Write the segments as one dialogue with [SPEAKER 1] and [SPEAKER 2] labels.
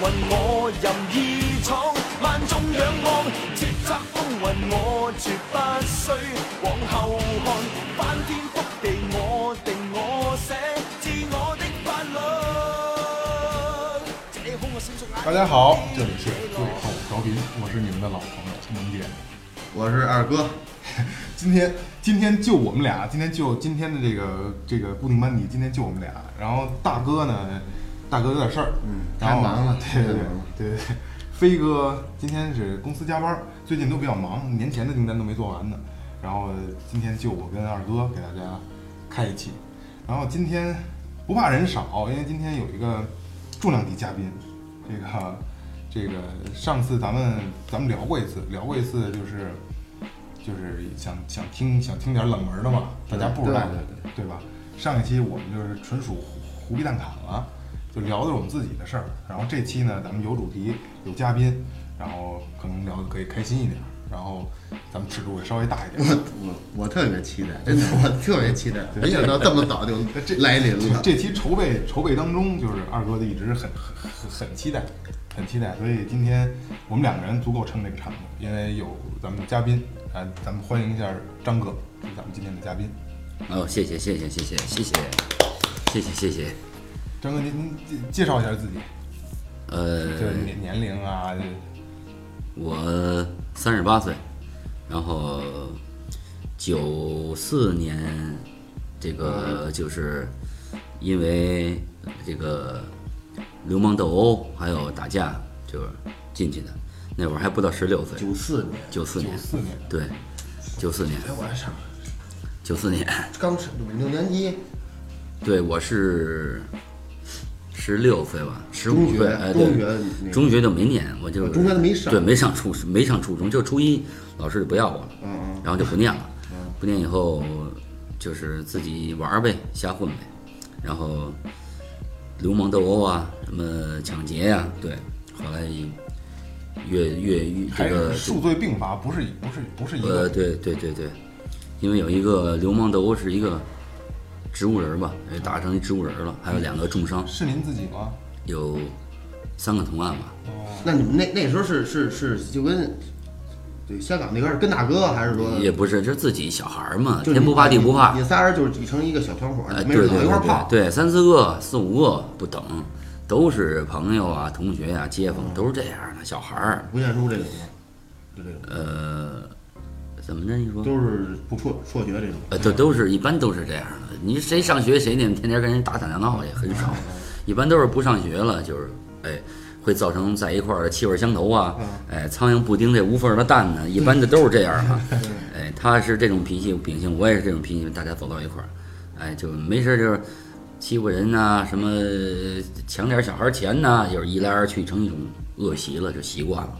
[SPEAKER 1] 我任意闖，萬眾仰望，叱咤風雲我絕不需往後看，翻天覆地我定我寫，自我的法律。這空我閃烁眼
[SPEAKER 2] 大家好，这里是对口调频，我是你们的老朋友萌姐。
[SPEAKER 3] 我是二哥，
[SPEAKER 2] 今天今天就我们俩，今天就今天的这个这个固定班底，今天就我们俩。然后大哥呢，大哥有点事儿，
[SPEAKER 3] 嗯
[SPEAKER 2] 然后
[SPEAKER 3] 太忙了
[SPEAKER 2] 对对
[SPEAKER 3] 太忙了
[SPEAKER 2] 对对对。飞哥今天是公司加班，最近都比较忙，年前的订单都没做完呢。然后今天就我跟二哥给大家开一期，然后今天不怕人少，因为今天有一个重量级嘉宾，这个这个上次咱们咱们聊过一次，聊过一次就是就是想想听想听点冷门的嘛，大家不知道的，
[SPEAKER 3] 对
[SPEAKER 2] 对吧？上一期我们就是纯属胡胡逼蛋侃了，就聊的是我们自己的事儿。然后这期呢，咱们有主题，有嘉宾，然后可能聊的可以开心一点，然后咱们尺度会稍微大一点。
[SPEAKER 3] 我我特别期待，真的，我特别期待，没想嗯 到这么早就来临了。
[SPEAKER 2] 这期筹备筹备当中，就是二哥的一直很很很很期待，很期待，所以今天我们两个人足够撑这个场子，因为有咱们嘉宾，啊，咱们欢迎一下张哥，是咱们今天的嘉宾。
[SPEAKER 4] 哦，谢谢谢谢谢谢谢谢谢谢谢谢，
[SPEAKER 2] 张哥，您您介介绍一下自己，就是
[SPEAKER 4] 呃，
[SPEAKER 2] 年年龄啊，
[SPEAKER 4] 我三十八岁，然后九四年这个就是因为这个流氓斗殴还有打架就是进去的，那会儿还不到十六岁，
[SPEAKER 3] 九四年，
[SPEAKER 4] 九四
[SPEAKER 2] 九
[SPEAKER 4] 年，
[SPEAKER 2] 四年，
[SPEAKER 4] 对，九四年，
[SPEAKER 3] 哎，我还上
[SPEAKER 4] 九四年，
[SPEAKER 3] 刚上六年级，
[SPEAKER 4] 对我是十六岁吧，十
[SPEAKER 3] 中
[SPEAKER 4] 五
[SPEAKER 3] 学
[SPEAKER 4] 岁，哎，对
[SPEAKER 3] 中学那个
[SPEAKER 4] 中学就没念，我就
[SPEAKER 3] 啊中学都没上
[SPEAKER 4] 对，没上初没上初中，就初一老师就不要我了，
[SPEAKER 3] 嗯嗯
[SPEAKER 4] 然后就不念了，不念以后就是自己玩儿呗，瞎混呗，然后流氓斗殴啊，什么抢劫呀、对，后来越越越
[SPEAKER 2] 还
[SPEAKER 4] 这个
[SPEAKER 2] 是数罪并罚，不是不是不是一
[SPEAKER 4] 呃，
[SPEAKER 2] 个，
[SPEAKER 4] 对对对对，因为有一个流氓斗殴是一个植物人儿吧，哎打成一植物人儿了，还有两个重伤，
[SPEAKER 2] 是您自己吗？
[SPEAKER 4] 有三个同案吧。
[SPEAKER 2] 哦，
[SPEAKER 3] 那你们那那时候是是是就跟对香港那边儿跟大哥还是说，
[SPEAKER 4] 也不是，就是自己小孩儿嘛，
[SPEAKER 3] 呃就是
[SPEAKER 4] 天不怕地不怕
[SPEAKER 3] 你，仨人就是组成一个小团伙，
[SPEAKER 4] 哎，
[SPEAKER 3] 没
[SPEAKER 4] 对
[SPEAKER 3] 准
[SPEAKER 4] 对
[SPEAKER 3] 老一
[SPEAKER 4] 对
[SPEAKER 3] 块儿
[SPEAKER 4] 对
[SPEAKER 3] 泡，，
[SPEAKER 4] 对，三四个、四五个不等，都是朋友啊、同学啊、街
[SPEAKER 3] 嗯
[SPEAKER 4] 坊，都是这样的小孩儿。
[SPEAKER 3] 不念书这种的，就这种，
[SPEAKER 4] 呃，怎么着？你说？
[SPEAKER 3] 都是不辍辍学这种。
[SPEAKER 4] 呃，都都是一般都是这样的。你谁上学谁念，天天跟人打打闹闹也很
[SPEAKER 3] 哎
[SPEAKER 4] 少，一般都是不上学了，就是哎，会造成在一块儿气味相投啊，哎，苍蝇不叮这无缝的蛋呢，一般的都是这样啊。哎，他是这种脾气秉性，我也是这种脾气，大家走到一块儿，哎，就没事儿就是欺负人呐、什么抢点小孩儿钱呐、就是一来二去成一种恶习了，就习惯了。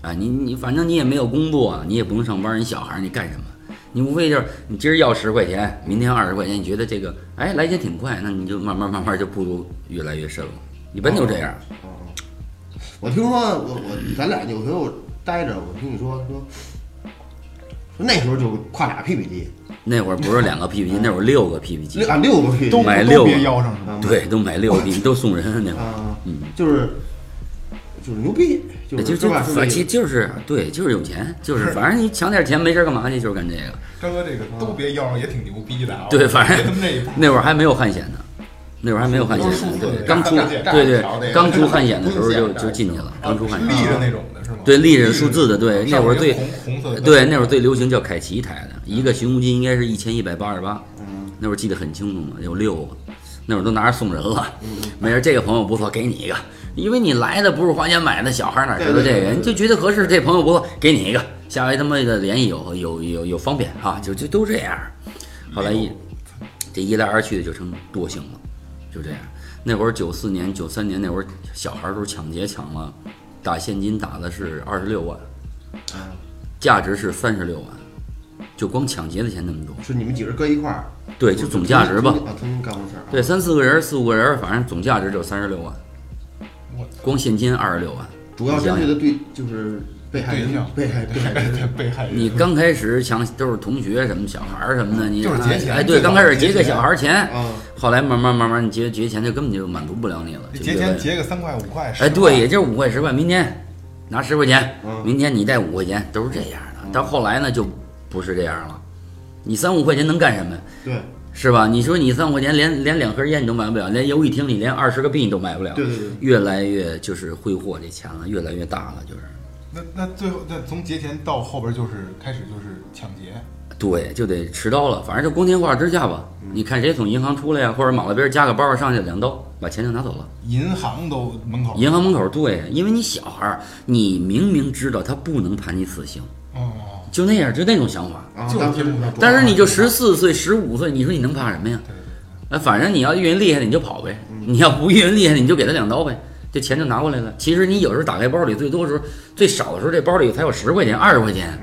[SPEAKER 4] 啊，你你反正你也没有工作，你也不用上班，你小孩儿你干什么？你无非就是你今儿要十块钱，明天二十块钱，你觉得这个哎来钱挺快，那你就慢慢慢慢就步入越来越深了，一般就这样。
[SPEAKER 3] 哦我听说我我咱俩有回我待着，我听你说说说那时候就跨俩 PPT，
[SPEAKER 4] 那会儿不是两个 PPT，那会儿六个 PPT 机
[SPEAKER 3] 六，啊六个 PPT
[SPEAKER 2] 都
[SPEAKER 4] 买
[SPEAKER 2] 都
[SPEAKER 4] 六
[SPEAKER 2] 别
[SPEAKER 4] 个
[SPEAKER 2] 腰上是吧？
[SPEAKER 4] 对，都买六个 PPT 都送人那会儿，
[SPEAKER 3] 啊，
[SPEAKER 4] 嗯，哎
[SPEAKER 3] 就是就是牛逼，就是
[SPEAKER 4] 就是
[SPEAKER 3] 吧？
[SPEAKER 4] 反
[SPEAKER 3] 是
[SPEAKER 4] 正就是对，就是有钱，就是反正你抢点钱没事儿干嘛去，就是干这个。
[SPEAKER 2] 张哥这个都别腰上也挺牛逼的啊，
[SPEAKER 4] 对，反
[SPEAKER 2] 别他妈那一
[SPEAKER 4] 正
[SPEAKER 2] 步
[SPEAKER 4] 那会儿还没有汉显呢，那会儿还没有汉显
[SPEAKER 2] 都是数
[SPEAKER 4] 呢，
[SPEAKER 2] 字的
[SPEAKER 4] 对，刚出
[SPEAKER 2] 看不见
[SPEAKER 4] 对
[SPEAKER 2] 看不
[SPEAKER 4] 对，
[SPEAKER 2] 见
[SPEAKER 4] 刚出汉显的时候
[SPEAKER 3] 不
[SPEAKER 4] 就
[SPEAKER 3] 用见
[SPEAKER 4] 就进去了，
[SPEAKER 2] 啊
[SPEAKER 4] 刚出汉显。
[SPEAKER 2] 立着那种的是吗？
[SPEAKER 4] 对，立着数字的，对，那
[SPEAKER 2] 上
[SPEAKER 4] 会儿
[SPEAKER 2] 面
[SPEAKER 4] 最
[SPEAKER 2] 红红色的
[SPEAKER 4] 对那会儿最流行叫凯奇台的，一个寻乌金应该是一千一百八十八，
[SPEAKER 3] 啊
[SPEAKER 4] 那会儿记得很清楚嘛，有六个，那会儿都拿着送人了，
[SPEAKER 3] 嗯
[SPEAKER 4] 没事，这个朋友不错，给你一个，因为你来的不是花钱买的，小孩哪知道
[SPEAKER 3] 对对
[SPEAKER 4] 这
[SPEAKER 3] 对
[SPEAKER 4] 个，
[SPEAKER 3] 对
[SPEAKER 4] 你就觉得合适，这朋友不错，给你一个，下回他妈的联系有有有有方便啊，就就都这样，后
[SPEAKER 3] 哎
[SPEAKER 4] 来一这一来二去的就成惰性了，就这样。那会儿九四年、九三年那会儿，小孩儿都抢劫抢了，打现金打的是二十六万，
[SPEAKER 3] 啊
[SPEAKER 4] 价值是三十六万，就光抢劫的钱那么多。
[SPEAKER 3] 是你们几个人搁一块儿，
[SPEAKER 4] 对，就总价值吧。
[SPEAKER 3] 啊，曾经干过事儿啊，
[SPEAKER 4] 对，三四个人、四五个人，反正总价值就三十六万
[SPEAKER 2] 我，
[SPEAKER 4] 光现金二十六万。
[SPEAKER 3] 主要
[SPEAKER 4] 你想
[SPEAKER 3] 针
[SPEAKER 4] 想
[SPEAKER 3] 对的对就是被害
[SPEAKER 2] 对
[SPEAKER 3] 人
[SPEAKER 2] 象
[SPEAKER 3] 被害 被害
[SPEAKER 2] 对
[SPEAKER 3] 人，
[SPEAKER 2] 被害人。
[SPEAKER 4] 你刚开始想都是同学什么小孩儿什么的，你
[SPEAKER 2] 就是节钱
[SPEAKER 4] 哎，
[SPEAKER 2] 最
[SPEAKER 4] 对，
[SPEAKER 2] 早
[SPEAKER 4] 刚开始
[SPEAKER 2] 节
[SPEAKER 4] 结个
[SPEAKER 2] 钱
[SPEAKER 4] 小孩儿钱
[SPEAKER 3] 嗯，
[SPEAKER 4] 后来慢慢慢慢你结结钱就根本就满足不了你了，就
[SPEAKER 2] 节
[SPEAKER 4] 越来
[SPEAKER 2] 前
[SPEAKER 4] 越
[SPEAKER 2] 结个三块五块，十块
[SPEAKER 4] 哎，对，也就是五块十块，明天拿十块钱，
[SPEAKER 3] 嗯
[SPEAKER 4] 明天你带五块钱，都是这样的。到后来呢，就不是这样了，你三五块钱能干什么呀？
[SPEAKER 3] 对
[SPEAKER 4] 是吧？你说你三五块钱连连两盒烟你都买不了，连游戏厅里连二十个币你都买不了，
[SPEAKER 3] 对对对
[SPEAKER 4] 越来越就是挥霍这钱了，越来越大了，就是。
[SPEAKER 2] 那那最后，那从节前到后边就是开始就是抢劫，
[SPEAKER 4] 对，就得持刀了，反正就光天化日之下吧。你看谁从银行出来呀、或者马路边加个包儿上去两刀，把钱就拿走了。
[SPEAKER 2] 银行都门口。
[SPEAKER 4] 银行门口对，因为你小孩儿，你明明知道他不能判你死刑，
[SPEAKER 2] 哦，
[SPEAKER 4] 就那样，就那种想法。
[SPEAKER 3] 啊，
[SPEAKER 2] 就是
[SPEAKER 3] 当时
[SPEAKER 2] 天不怕
[SPEAKER 4] 但是你就十四岁、十五岁，你说你能怕什么呀？
[SPEAKER 2] 对对
[SPEAKER 4] 哎，反正你要运厉害的你就跑呗，你要不运厉害的你就给他两刀呗，这钱就拿过来了。其实你有时候打开包里，最多时候最少的时候这包里才有十块钱、二十块钱，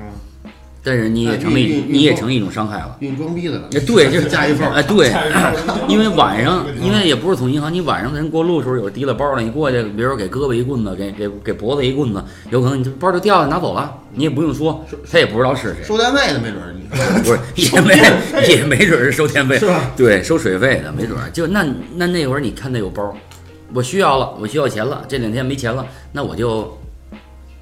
[SPEAKER 4] 但是你也
[SPEAKER 3] 哎
[SPEAKER 4] 成了
[SPEAKER 3] 运
[SPEAKER 4] 一
[SPEAKER 3] 运
[SPEAKER 4] 你也
[SPEAKER 3] 运
[SPEAKER 4] 成一种伤害了。
[SPEAKER 3] 运装逼的了，
[SPEAKER 4] 哎， 对，就是
[SPEAKER 3] 加一份
[SPEAKER 4] 哎，
[SPEAKER 3] 儿，
[SPEAKER 4] 对
[SPEAKER 2] 加一份儿，
[SPEAKER 4] 因为 晚上，因为也不是从银行，你晚上人过路的时候，有提了包了，你过去，比如说给胳膊一棍子，给给给脖子一棍子，有可能你这包就掉下拿走了，你也不用说，他也不知道是谁，
[SPEAKER 3] 收单位的没准儿 你，
[SPEAKER 4] 不 是也没也没准是收电费
[SPEAKER 3] 是吧？
[SPEAKER 4] 对，收水费的没准儿，就那那那会儿你看他有包，我需要了，我需要钱了，这两天没钱了，那我就。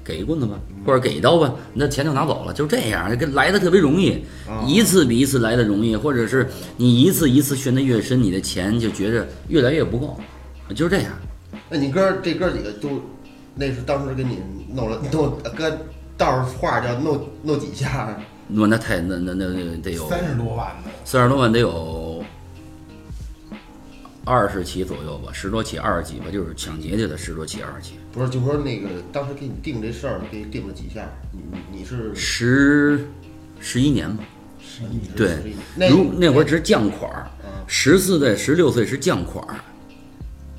[SPEAKER 4] 给一棍子吧，
[SPEAKER 2] 嗯
[SPEAKER 4] 或者给一刀吧，那钱就拿走了，就这样，跟来的特别容易。
[SPEAKER 2] 哦
[SPEAKER 3] 啊
[SPEAKER 4] 一次比一次来的容易，或者是你一次一次陷得越深，你的钱就觉着越来越不够，就是这样。
[SPEAKER 3] 那你哥儿这哥儿几个都，那是当时给你弄了弄哥，道儿话叫弄弄几下儿，
[SPEAKER 4] 我那太那那那那得有
[SPEAKER 2] 对，三十多万的，
[SPEAKER 4] 四十多万，得有二十起左右吧，十多起、二十起吧，就是抢劫就得十多起、二十起，
[SPEAKER 3] 不是就说那个当时给你定这事儿，给你定了几下儿，你你你是
[SPEAKER 4] 十十一年吧。
[SPEAKER 2] 十一年。
[SPEAKER 4] 对
[SPEAKER 3] 那
[SPEAKER 4] 如那会儿只是降款儿
[SPEAKER 3] 嗯，
[SPEAKER 4] 十四岁、十六岁是降款儿，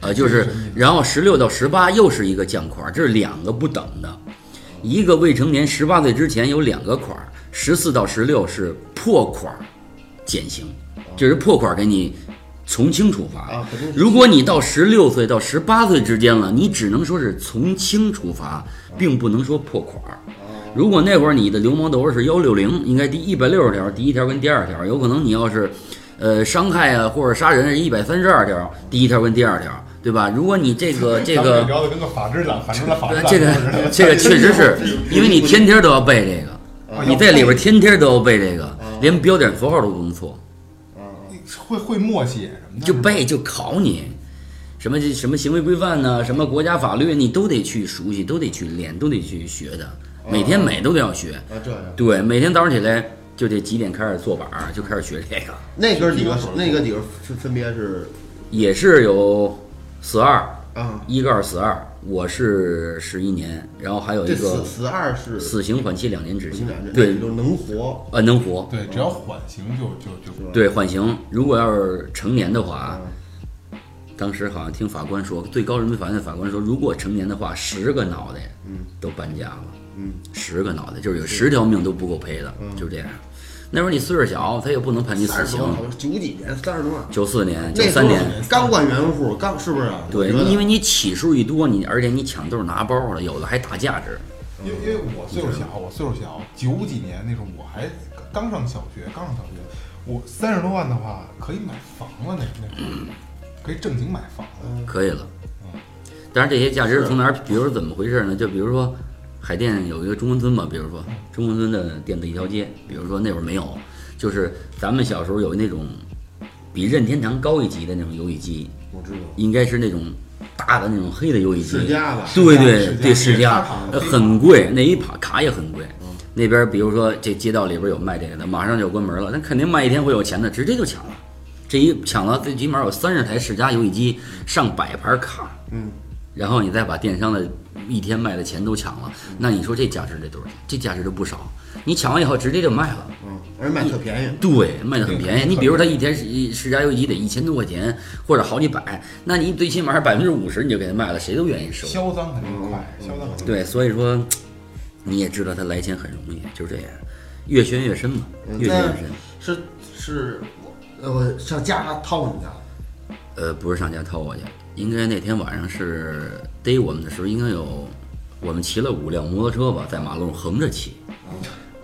[SPEAKER 4] 呃，就
[SPEAKER 2] 这是
[SPEAKER 4] 是
[SPEAKER 2] 什么意思
[SPEAKER 4] 然后十六到十八又是一个降款儿，这是两个不等的。一个未成年十八岁之前有两个款儿，十四到十六是破款儿减刑，就是破款儿给你从轻处罚。
[SPEAKER 3] 啊肯定是
[SPEAKER 4] 如果你到十六岁到十八岁之间了，你只能说是从轻处罚，并不能说破款儿。
[SPEAKER 3] 啊
[SPEAKER 4] 如果那会儿你的流氓斗殴是幺六零，应该第一百六十条，第一条跟第二条，有可能你要是，呃，伤害啊或者杀人是一百三十二条，第一条跟第二条，对吧？如果你这 个这
[SPEAKER 2] 咱们
[SPEAKER 4] 个
[SPEAKER 2] 聊的跟个法制党，反正咱法制
[SPEAKER 4] 呃
[SPEAKER 2] 党
[SPEAKER 4] 这个
[SPEAKER 2] 似 的
[SPEAKER 4] 这个确实 是因为你天天都要背这
[SPEAKER 2] 哎
[SPEAKER 4] 个，你在里边天天都要背这个，连标点符号都不能错，
[SPEAKER 3] 啊
[SPEAKER 2] 会会默写什么的，
[SPEAKER 4] 就是
[SPEAKER 2] 吧
[SPEAKER 4] 背就考你。什么这什么行为规范呢、什么国家法律，你都得去熟悉，都得去练，都得去学的，每天每都得要学。
[SPEAKER 3] 啊这样，
[SPEAKER 4] 对，每天早上起来就这几点开始做板儿，就开始学这个，
[SPEAKER 3] 那哥儿几个那哥儿几个分分别是
[SPEAKER 4] 也是有死二，
[SPEAKER 3] 啊，
[SPEAKER 4] 一个二死二，我是十一年，然后还有
[SPEAKER 3] 这
[SPEAKER 4] 一
[SPEAKER 3] 死
[SPEAKER 4] 个
[SPEAKER 3] 死二是
[SPEAKER 4] 死刑缓期两年执
[SPEAKER 3] 你
[SPEAKER 4] 行
[SPEAKER 3] 俩，
[SPEAKER 4] 对，
[SPEAKER 3] 就能活
[SPEAKER 4] 呃，能活，
[SPEAKER 2] 对，只要缓刑就就就
[SPEAKER 4] 对，啊缓刑。如果要是成年的话，
[SPEAKER 3] 啊
[SPEAKER 4] 当时好像听法官说，最高人民法院的法官说，如果成年的话，十个脑袋，都搬家了，
[SPEAKER 3] 嗯，
[SPEAKER 4] 十个脑袋就是有十条命都不够赔的，就这样。那时候你岁数小，他也不能判你死
[SPEAKER 3] 三嗯十
[SPEAKER 4] 刑
[SPEAKER 3] 多，万，好像九几年三十多万，
[SPEAKER 4] 九四年、九
[SPEAKER 3] 那时
[SPEAKER 4] 三
[SPEAKER 3] 候
[SPEAKER 4] 年。
[SPEAKER 3] 刚灌圆户，刚是不是？我
[SPEAKER 4] 对，
[SPEAKER 3] 觉得
[SPEAKER 4] 因为你起数一多，你而且你抢都是拿包的，有的还打价值。
[SPEAKER 2] 因为因为我岁数小，我岁数小，九几年那时候我还刚上小学，刚上小学，我三十多万的话可以买房了，那那会儿可以正经买房了。
[SPEAKER 4] 可以了。但是这些价值是从哪儿？比如说怎么回事呢？就比如说海淀有一个中关村吧，比如说中关村的电子一条街，比如说那会儿没有，就是咱们小时候有那种比任天堂高一级的那种游戏机，
[SPEAKER 3] 我知道，
[SPEAKER 4] 应该是那种大的那种黑的游戏机，
[SPEAKER 3] 世嘉吧
[SPEAKER 4] 对
[SPEAKER 2] 世
[SPEAKER 4] 对
[SPEAKER 2] 嘉
[SPEAKER 4] 对，
[SPEAKER 2] 世
[SPEAKER 4] 世
[SPEAKER 2] 嘉
[SPEAKER 4] 嘉
[SPEAKER 2] 世嘉
[SPEAKER 4] 很贵，那一卡卡也很贵。那边比如说这街道里边有卖这个的，马上就关门了，那肯定卖一天会有钱的，直接就抢了。这一抢了，最起码有三十台世嘉游戏机，上百盘卡，
[SPEAKER 3] 嗯，
[SPEAKER 4] 然后你再把电商的一天卖的钱都抢了，那你说这价值得多少钱？这价值都不少。你抢完以后直接就卖了。
[SPEAKER 3] 嗯，而且卖特便宜，
[SPEAKER 4] 对，卖的很便宜。
[SPEAKER 2] 对
[SPEAKER 4] 你比如他一天一十家游戏机得一千多块钱，或者好几百，那你最起码百分之五十你就给他卖了，谁都愿意收。
[SPEAKER 2] 销赃肯定快，销赃肯定快。
[SPEAKER 4] 对，所以说你也知道他来钱很容易，就是这样，越陷越深嘛，越陷
[SPEAKER 3] 那
[SPEAKER 4] 越深。
[SPEAKER 3] 是是我呃我上家掏你家，
[SPEAKER 4] 呃，不是上家掏我去，应该那天晚上是逮我们的时候，应该有我们骑了五辆摩托车吧，在马路上横着骑。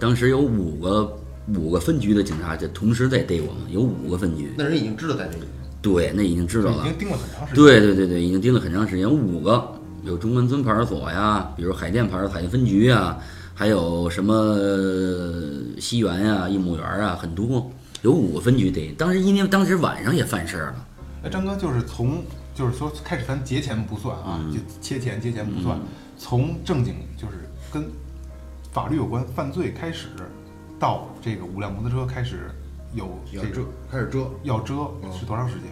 [SPEAKER 4] 当时有五个五个分局的警察就同时在逮我们，有五个分局。
[SPEAKER 3] 那人已经知道在这里，
[SPEAKER 4] 对，那已经知道
[SPEAKER 2] 已
[SPEAKER 4] 了。
[SPEAKER 2] 经盯了很长时间。
[SPEAKER 4] 对对对对，已经盯了很长时间，有五个，有中关村派出所呀，比如海淀派出所海淀分局呀，还有什么呃西园呀、一亩园啊，很多，有五个分局逮。当时因为当时晚上也犯事儿了，
[SPEAKER 2] 哎，张哥就是从就是说开始咱节前不算
[SPEAKER 4] 嗯
[SPEAKER 2] 啊，就切钱节前不算，从正经就是跟法律有关犯罪开始，到这个五辆摩托车开始有这
[SPEAKER 3] 要
[SPEAKER 2] 个
[SPEAKER 3] 遮开始遮，
[SPEAKER 2] 要遮
[SPEAKER 3] 嗯
[SPEAKER 2] 是多长时间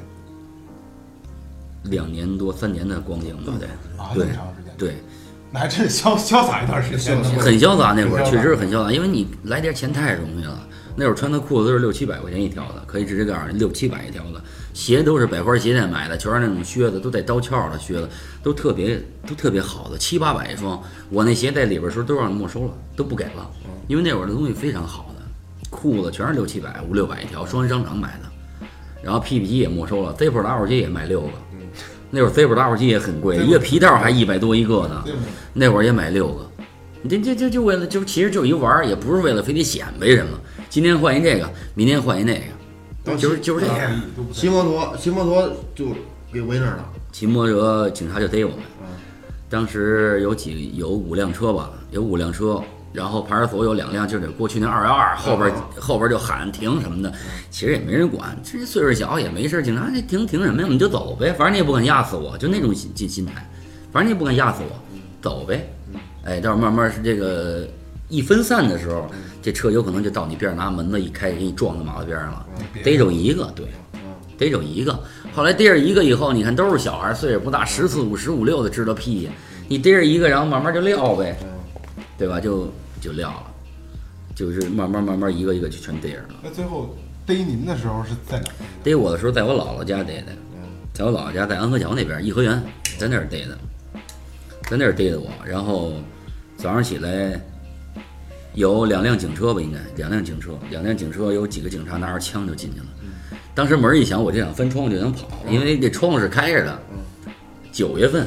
[SPEAKER 4] 两年多三年的光景吧，对
[SPEAKER 2] 啊？这
[SPEAKER 4] 对
[SPEAKER 2] 么长时间，
[SPEAKER 4] 对，
[SPEAKER 2] 那还真是潇潇洒一段时间呢。
[SPEAKER 4] 很潇洒那会
[SPEAKER 2] 很潇
[SPEAKER 4] 儿，
[SPEAKER 2] 洒
[SPEAKER 4] 确实很潇洒，因为你来点钱太容易了。那会儿穿的裤子都是六七百块钱一条的，可以直接告诉你六七百一条的，鞋都是百花鞋店买的，全是那种靴子，都带刀鞘的靴子，都特别都特别好的，七八百一双。我那鞋在里边的时候都让人没收了，都不给了，因为那会儿的东西非常好的，裤子全是六七百、五六百一条，双人商场买的，然后屁屁机也没收了，Zippo 的二手鞋也卖六个，那会儿 Zippo 的二手鞋也很贵，一个皮套还一百多一个呢。
[SPEAKER 2] 对吗
[SPEAKER 4] 那会儿也买六个，你这这这就为了就其实就一玩儿，也不是为了非得显摆什么。今天换一这个，明天换一那个，就是就是这样。
[SPEAKER 2] 都不
[SPEAKER 3] 骑摩托，骑摩托就给围那儿了，
[SPEAKER 4] 骑摩托车，警察就逮我们。当时有几有五辆车吧，有五辆车，然后派出所有两辆，就是过去那二幺二后边
[SPEAKER 3] 啊
[SPEAKER 4] 后边就喊停什么的，其实也没人管，这岁数小也没事，警察这停停什么呀？我们就走呗，反正你也不敢压死我，就那种心心心态，反正你也不敢压死我，走呗。哎，到时候慢慢是这个一分散的时候，这车有可能就到你边上拿门子一开，给你撞到马路边上了，
[SPEAKER 2] 嗯
[SPEAKER 4] 逮着一个，对。逮着一个，后来逮着一个以后，你看都是小孩儿，岁数不大，十四五、十五六的知道屁呀。你逮着一个，然后慢慢就撂呗，对吧？就就撂了，就是慢慢慢慢一个一个就全逮着了。
[SPEAKER 2] 那最后逮您的时候是在哪儿？
[SPEAKER 4] 逮我的时候，在我姥姥家逮的，在我姥姥家在安河桥那边颐和园，在那儿逮的，在那儿逮的我。然后早上起来有两辆警车吧，应该两辆警车，两辆警车有几个警察拿着枪就进去了。当时门一响，我就想翻窗户就想跑，因为这窗户是开着的。九月份，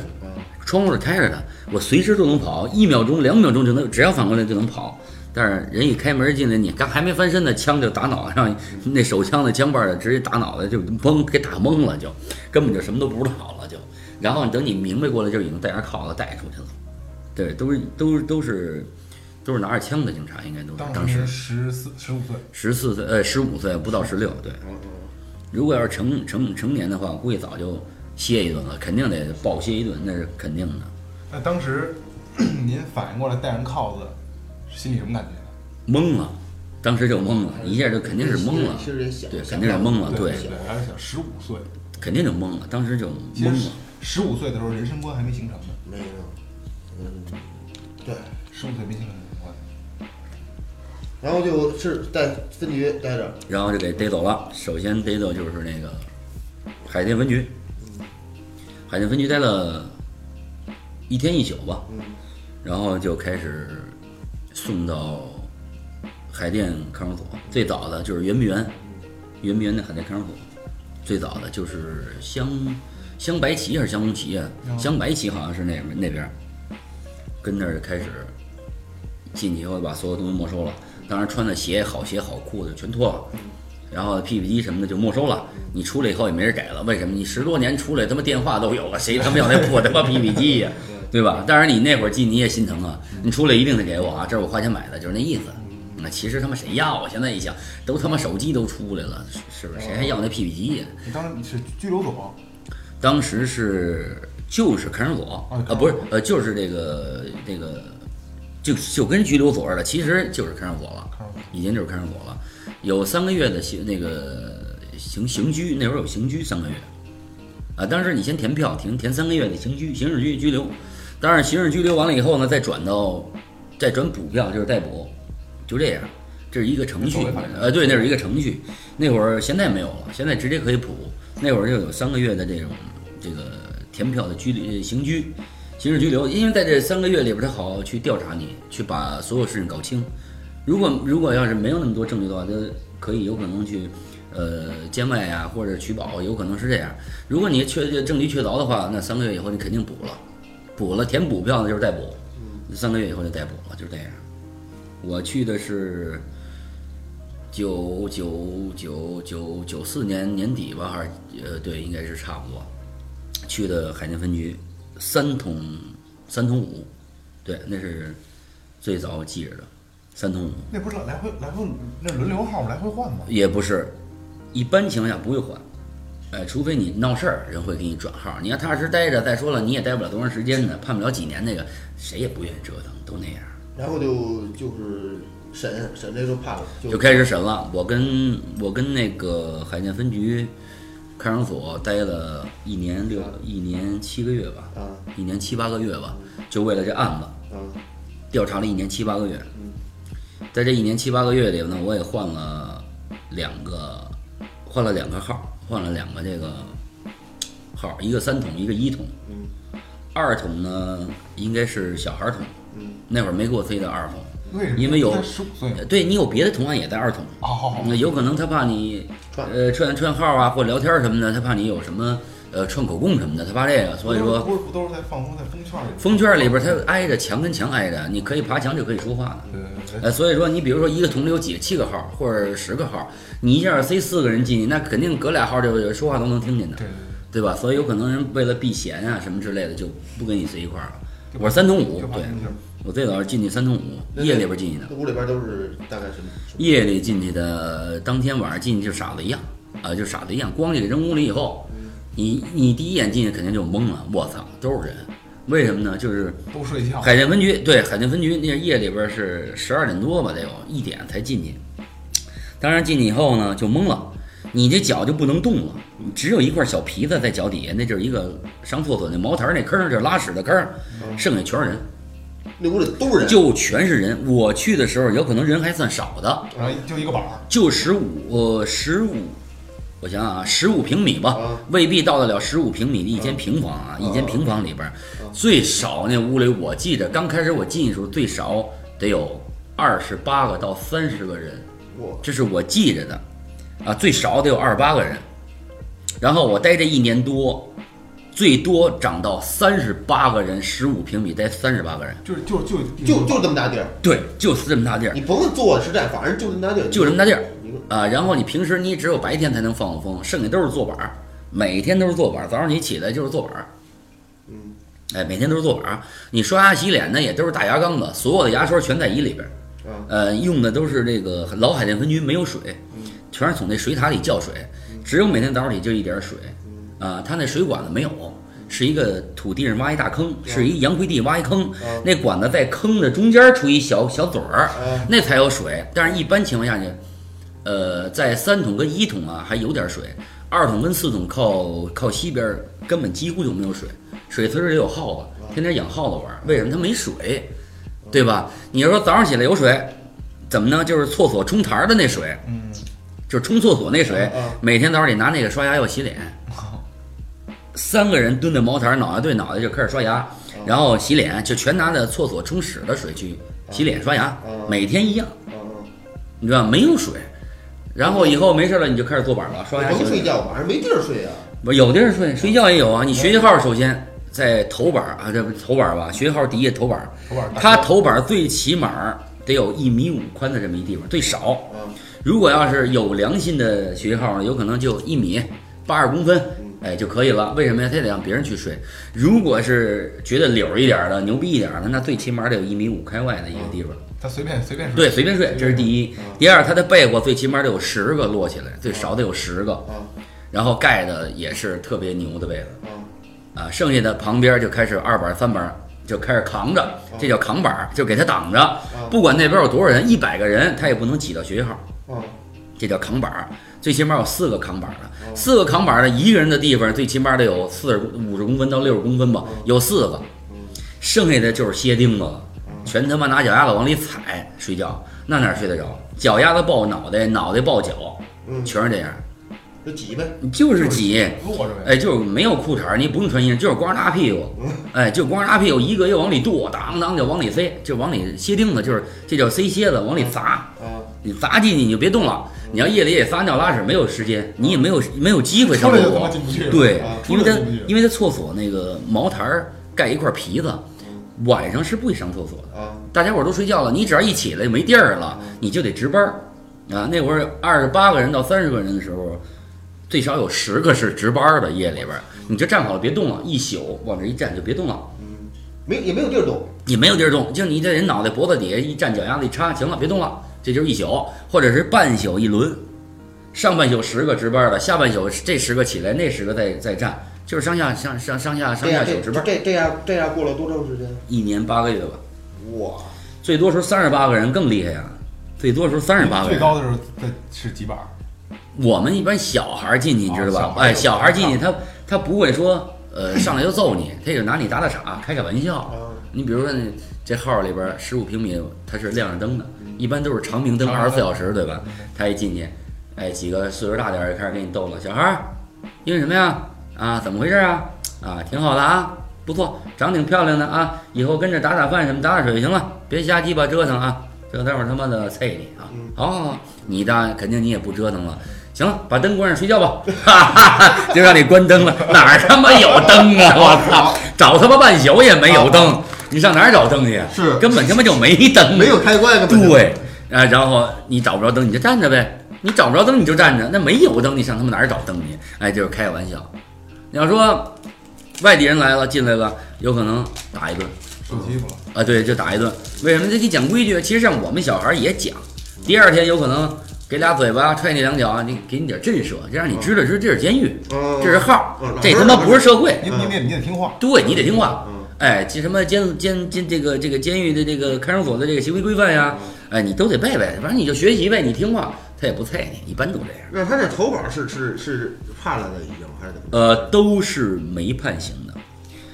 [SPEAKER 4] 窗户是开着的，我随时都能跑，一秒钟、两秒钟就能，只要反过来就能跑。但是人一开门进来，你刚还没翻身呢，枪就打脑袋上， 那手枪的枪把儿直接打脑袋，就懵给打懵了，就根本就什么都不知道了，就。然后等你明白过来，就已经带着铐子带出去了。对，都是都是都是都是拿着枪的警察，应该都是当时
[SPEAKER 2] 时十四十五岁，
[SPEAKER 4] 十四岁呃十五岁不到十六对。如果要是成成成年的话，估计早就歇一顿了，肯定得暴歇一顿，那是肯定的。
[SPEAKER 2] 那当时 您反应过来戴上铐子，心里什么感觉？
[SPEAKER 4] 懵了，当时就懵了，一下就肯定是懵了
[SPEAKER 3] 其实也嗯想，
[SPEAKER 4] 对，肯定是懵了，啊对，
[SPEAKER 2] 对，还是小十五岁，
[SPEAKER 4] 肯定就懵了，当时就
[SPEAKER 2] 其
[SPEAKER 4] 懵
[SPEAKER 2] 实
[SPEAKER 4] 了。
[SPEAKER 2] 十五岁的时候人生观还没形成呢，
[SPEAKER 3] 没有，嗯，对，
[SPEAKER 2] 十五岁没形成人生观。
[SPEAKER 3] 然后就是在分局待着，
[SPEAKER 4] 然后就给逮走了。首先逮走就是那个海淀分局，海淀分局待了一天一宿吧，然后就开始送到海淀看守所。最早的就是圆明园，圆明园的海淀看守所，最早的就是湘湘白旗还是湘红旗啊？湘白旗好像是那边那边儿，跟那儿开始进去以后把所有东西没收了，当然穿的鞋、好鞋、好裤子全脱了，然后 PPT 什么的就没收了。你出来以后也没人给了，为什么？你十多年出来，他妈电话都有了，谁他妈要那破他妈 PPT 呀？对吧？当然你那会儿进你也心疼啊，你出来一定得给我啊，这是我花钱买的，就是那意思。
[SPEAKER 2] 嗯
[SPEAKER 4] 那其实他妈谁要啊？现在一想，都他妈手机都出来了，是是不是？谁还要那 PPT 呀？
[SPEAKER 2] 你当时你是拘留所，
[SPEAKER 4] 当时是就是看守所
[SPEAKER 2] 哦看守所
[SPEAKER 4] 啊，不是呃，就是这个这个，就就跟拘留所似的，其实就是看守所了
[SPEAKER 2] 看守所，
[SPEAKER 4] 已经就是看守所了，有三个月的刑那个刑刑拘，那会儿有刑拘三个月，啊，当时你先填票，填填三个月的刑拘刑事拘拘留，当然刑事拘留完了以后呢，再转到再转补票，就是逮捕，就这样。这是一个程序
[SPEAKER 2] 作为法律，
[SPEAKER 4] 呃，对，那是一个程序。那会儿现在没有了，现在直接可以补。那会儿就有三个月的这种这个填票的拘留、刑拘、刑事拘留，因为在这三个月里边，他好去调查你，去把所有事情搞清。如果如果要是没有那么多证据的话，他可以有可能去呃监外啊，或者取保，有可能是这样。如果你确证据确凿的话，那三个月以后你肯定补了，补了填补票呢就是逮捕。三个月以后就逮捕了，就是这样。我去的是九九九九九四年年底吧，还是呃对，应该是差不多。去的海淀分局三桶三桶五，对，那是最早记着的三桶五。
[SPEAKER 2] 那不是来回来回那轮流号来回换吗？
[SPEAKER 4] 也不是，一般情况下不会换，哎，除非你闹事儿，人会给你转号。你要踏实待着，再说了，你也待不了多长时间呢，判不了几年，那个谁也不愿意折腾，都那样。
[SPEAKER 3] 然后就就是审审这就判了，
[SPEAKER 4] 就开始审了。我跟我跟那个海淀分局看守所待了一年六一年七个月吧，
[SPEAKER 3] 啊
[SPEAKER 4] 一年七八个月吧，就为了这案子
[SPEAKER 3] 啊
[SPEAKER 4] 调查了一年七八个月。
[SPEAKER 3] 嗯
[SPEAKER 4] 在这一年七八个月里呢，我也换了两个，换了两个号，换了两个这个号，一个三桶，一个一桶。
[SPEAKER 3] 嗯
[SPEAKER 4] 二桶呢，应该是小孩儿桶，
[SPEAKER 3] 嗯
[SPEAKER 4] 那会儿没给我塞到二桶。
[SPEAKER 2] 为什么？
[SPEAKER 4] 因为有
[SPEAKER 2] 十五岁吗
[SPEAKER 4] 对你有别的同案也在二桶，
[SPEAKER 2] 哦，
[SPEAKER 4] 那有可能他怕你
[SPEAKER 3] 串
[SPEAKER 4] 呃串串号啊，或聊天什么的，他怕你有什么呃串口供什么的，他怕这个，所以说
[SPEAKER 3] 嗯
[SPEAKER 2] 不是不都是在放风在风圈里吗？
[SPEAKER 4] 封圈里边它挨着墙跟墙挨着，你可以爬墙就可以说话的。
[SPEAKER 2] 对对对，
[SPEAKER 4] 呃，所以说你比如说一个桶里有几七个号或者十个号，你一下塞四个人进去，那肯定隔俩号就说话都能听见的
[SPEAKER 2] 对，
[SPEAKER 4] 哦对吧？所以有可能人为了避嫌啊什么之类的，就不跟你塞一块儿了。
[SPEAKER 2] 就
[SPEAKER 4] 我是三桶五
[SPEAKER 2] 对，就，怕
[SPEAKER 4] 对
[SPEAKER 2] 那劲儿
[SPEAKER 4] 我最早是进去三桶五，夜里边进去的
[SPEAKER 3] 那，屋里边都是大概什么？什么
[SPEAKER 4] 夜里进去的，当天晚上进去就傻子一样，啊、就傻子一样，光给扔屋里以后，你你第一眼进去肯定就懵了，我操，都是人，为什么呢？就是
[SPEAKER 2] 都睡觉。
[SPEAKER 4] 海淀分局，对海淀分局那夜里边是十二点多吧，得有一点才进去。当然进去以后呢，就懵了，你这脚就不能动了，只有一块小皮子在脚底下，那就是一个上厕所那茅台那坑儿，就是拉屎的坑儿，剩下全是人，
[SPEAKER 3] 那屋里都是人，
[SPEAKER 4] 就全是人。我去的时候，有可能人还算少的，
[SPEAKER 2] 然后就一个板儿，
[SPEAKER 4] 就十五呃十五，我想想啊，十五平米吧，
[SPEAKER 3] 啊
[SPEAKER 4] 未必到得了十五平米的一间平房啊，一间平房里边儿、最少那屋里，我记着刚开始我进去的时候最少得有二十八个到三十个人，
[SPEAKER 3] 我
[SPEAKER 4] 这是我记着的，啊，最少得有二十八个人。然后我待这一年多，最多涨到三十八个人，十五平米待三十八个人，
[SPEAKER 2] 就是就就
[SPEAKER 3] 就就这么大地儿，
[SPEAKER 4] 对，就是这么大地儿。
[SPEAKER 3] 你甭坐实战，反正就这么大地儿，
[SPEAKER 4] 就这么大地儿
[SPEAKER 3] 你说
[SPEAKER 4] 啊。然后你平时你只有白天才能放放风，剩下都是坐板儿，每天都是坐板儿。早上你起来就是坐板儿，
[SPEAKER 3] 嗯，
[SPEAKER 4] 哎，每天都是坐板儿。你刷牙洗脸呢也都是大牙缸子，所有的牙刷全在一里边儿。
[SPEAKER 3] 啊，
[SPEAKER 4] 呃，用的都是这个老海淀分局没有水，
[SPEAKER 3] 嗯
[SPEAKER 4] 全是从那水塔里叫水，只有每天早上起就一点儿水，
[SPEAKER 3] 嗯
[SPEAKER 4] 啊，他那水管子没有，是一个土地上挖一大坑，
[SPEAKER 3] 嗯
[SPEAKER 4] 是一洋灰地挖一坑，
[SPEAKER 3] 呃
[SPEAKER 4] 那管子在坑的中间儿出一小小嘴儿
[SPEAKER 3] 嗯，
[SPEAKER 4] 那才有水。但是一般情况下呢，呃，在三桶跟一桶啊还有点水，二桶跟四桶靠靠西边儿根本几乎就没有水，水池里有耗子，天天养耗子玩儿，为什么它没水？对吧？你要说早上起来有水，怎么呢？就是厕所冲台儿的那水，
[SPEAKER 2] 嗯，
[SPEAKER 4] 就是冲厕所那水
[SPEAKER 3] 嗯嗯，
[SPEAKER 4] 每天早上得拿那个刷牙要洗脸。三个人蹲在茅台儿，脑袋对脑袋就开始刷牙，然后洗脸，就全拿着厕所冲屎的水去洗脸刷牙
[SPEAKER 3] 嗯嗯，
[SPEAKER 4] 每天一样，
[SPEAKER 3] 啊啊，
[SPEAKER 4] 你知道吗没有水。然后以后没事了，你就开始坐板了，刷牙洗
[SPEAKER 3] 甭睡
[SPEAKER 4] 脸。
[SPEAKER 3] 觉，晚上没地儿睡啊，
[SPEAKER 4] 不有地儿睡，睡觉也有啊。你学习号首先在头板儿啊，这不是头板儿吧？学习号底下头板儿，
[SPEAKER 2] 头板儿大
[SPEAKER 4] 它头板儿最起码儿得有一米五宽的这么一地方，最少。
[SPEAKER 3] 啊，
[SPEAKER 4] 如果要是有良心的学号呢，有可能就一米八十公分，
[SPEAKER 3] 嗯
[SPEAKER 4] 哎就可以了。为什么呀？他得让别人去睡。如果是觉得溜儿一点儿的、牛逼一点儿的，那最起码得有一米五开外的一个地方。
[SPEAKER 3] 嗯
[SPEAKER 2] 他随便随便
[SPEAKER 4] 对，随便睡，这是第一。第二，他的被窝最起码得有十个摞起来，最少得有十个。
[SPEAKER 3] 啊
[SPEAKER 4] 然后盖的也是特别牛的被子。
[SPEAKER 3] 啊
[SPEAKER 4] 啊，剩下的旁边就开始二板儿三板儿就开始扛着，这叫扛板儿，就给他挡着。
[SPEAKER 3] 哦嗯
[SPEAKER 4] 不管那边有多少人，一百个人他也不能挤到学校，
[SPEAKER 3] 啊，
[SPEAKER 4] 这叫扛板儿。最起码有四个扛板儿的，四个扛板儿的一个人的地方最起码得有四十五十公分到六十公分吧，有四个，剩下的就是歇钉子了，全他妈拿脚丫子往里踩睡觉，那哪睡得着？脚丫子抱脑袋，脑袋抱脚，
[SPEAKER 3] 嗯
[SPEAKER 4] 全是这样，
[SPEAKER 3] 就挤呗，
[SPEAKER 4] 就是挤。
[SPEAKER 2] 落着呗。
[SPEAKER 4] 哎，就是没有裤衩儿，你不用穿衣裳，就是光着大屁股，哎，就光着大屁股，一个又往里跺，当当就往里塞，就往里歇钉子，就是这叫塞蝎子，往里砸，
[SPEAKER 3] 啊，
[SPEAKER 4] 你砸进去你就别动了。你要夜里也撒尿拉屎，没有时间，你也没有没有机会上厕
[SPEAKER 2] 出来就他妈
[SPEAKER 4] 所
[SPEAKER 2] 进不去了，
[SPEAKER 4] 哎对
[SPEAKER 2] 啊，
[SPEAKER 4] 因为
[SPEAKER 2] 出来
[SPEAKER 4] 它
[SPEAKER 2] 就进不去了
[SPEAKER 4] 因为它厕所那个茅台儿盖一块皮子，晚上是不许上厕所的。
[SPEAKER 3] 啊，
[SPEAKER 4] 大家伙儿都睡觉了，你只要一起来就没地儿了，你就得值班儿啊。那会儿二十八个人到三十个人的时候，最少有十个是值班儿的，夜里边儿你就站好了别动了，一宿往这一站就别动了，
[SPEAKER 3] 没也没有地儿动，
[SPEAKER 4] 你没有地儿动，就你这人脑袋脖子底下一站，脚丫子一插，行了，别动了，这就是一宿，或者是半宿一轮，上半宿十个值班儿的，下半宿这十个起来，那十个再再站，就是上下上上上下
[SPEAKER 3] 这
[SPEAKER 4] 上下
[SPEAKER 3] 样
[SPEAKER 4] 宿
[SPEAKER 3] 这这
[SPEAKER 4] 值班儿，
[SPEAKER 3] 这这样这样过了多长时间？
[SPEAKER 4] 一年八个月吧，
[SPEAKER 3] 哇，
[SPEAKER 4] 最多时候三十八个人更厉害呀、啊最多时候三十八个
[SPEAKER 2] 最
[SPEAKER 4] 人，
[SPEAKER 2] 高的时候在是几板儿？
[SPEAKER 4] 我们一般小孩儿进去，你知道吧？
[SPEAKER 2] 哦
[SPEAKER 4] 哎，
[SPEAKER 2] 小
[SPEAKER 4] 小
[SPEAKER 2] 孩
[SPEAKER 4] 孩
[SPEAKER 2] 儿
[SPEAKER 4] 儿进去，他他不会说，呃，上来就揍你，他也就拿你打打岔，开开玩笑
[SPEAKER 3] 嗯。
[SPEAKER 4] 你比如说，这号儿里边十五平米，它是亮着灯的，一般都是长明
[SPEAKER 2] 嗯
[SPEAKER 4] 灯，
[SPEAKER 2] 长
[SPEAKER 4] 二
[SPEAKER 2] 明
[SPEAKER 4] 十
[SPEAKER 2] 灯嗯
[SPEAKER 4] 四小时，对吧？他一进去，哎，几个岁数大点儿就开始给你逗了，小孩儿，因为什么呀？啊，怎么回事啊？啊，挺好的啊，不错，长挺漂亮的啊，以后跟着打打饭什么，打打水就行了，别瞎鸡巴折腾啊，这待会儿他妈的啐你啊！
[SPEAKER 2] 嗯
[SPEAKER 4] 好好好，你大肯定你也不折腾了。行了，把灯关上睡觉 吧，哈哈哈，就让你关灯了。哪儿他妈有灯啊！我操，找他妈半宿也没有灯，你上哪儿找灯去？啊
[SPEAKER 3] 是
[SPEAKER 4] 根本他妈就没灯，
[SPEAKER 3] 没有开关根本就
[SPEAKER 4] 对，啊，然后你找不着灯，你就站着呗。你找不着灯，你就站着。那没有灯，你上他们哪儿找灯去？哎，就是开玩笑。你要说外地人来了，进来了，有可能打一顿
[SPEAKER 2] 受欺负了，
[SPEAKER 4] 啊，对，就打一顿。为什么？这得讲规矩。其实像我们小孩儿也讲，第二天有可能给俩嘴巴，踹你两脚，你给你点震慑，这让你知道知道这是监狱，
[SPEAKER 3] 嗯
[SPEAKER 4] 这是号
[SPEAKER 3] 嗯
[SPEAKER 4] 儿，这他妈不是社会。
[SPEAKER 2] 你你得你得听话，
[SPEAKER 4] 对你得听话
[SPEAKER 3] 嗯，
[SPEAKER 4] 哎，这什么监监监这个这个监狱的这个看守所的这个行为规范呀，
[SPEAKER 3] 嗯
[SPEAKER 4] 哎，你都得背背，反正你就学习呗，你听话，他也不菜你，一般都这样。
[SPEAKER 3] 那他这投保是是是判了的已经还是怎么着？
[SPEAKER 4] 呃，都是没判刑的，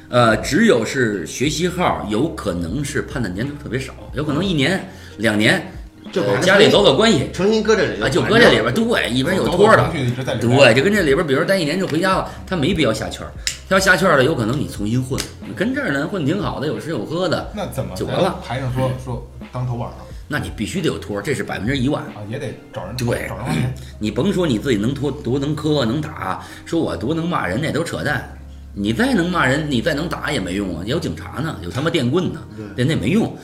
[SPEAKER 4] 呃，只有是学习号，有可能是判的年头特别少，有可能一年两年，
[SPEAKER 3] 就
[SPEAKER 4] 呃
[SPEAKER 3] 把他
[SPEAKER 4] 家里走走关系，
[SPEAKER 3] 诚心搁这里
[SPEAKER 4] 啊，就搁这里边儿，对，一边有托儿的
[SPEAKER 2] 走走出去一直在，里边儿
[SPEAKER 4] 对，就跟这里边儿，比如待一年就回家了，他没必要下圈儿，他要下圈儿了，有可能你重新混，你跟这儿呢混挺好的，有吃有喝的，
[SPEAKER 2] 那怎么
[SPEAKER 4] 就完了？
[SPEAKER 2] 还上说说当头板儿
[SPEAKER 4] 那你必须得有托儿，这是百分之一万。
[SPEAKER 2] 啊，也得找人
[SPEAKER 4] 对
[SPEAKER 2] 找人花钱。
[SPEAKER 4] 你甭说你自己能拖多能磕能打，说我多能骂人，那都扯淡。你再能骂人，你再能打也没用啊！有警察呢，有他妈电棍呢，那那没用，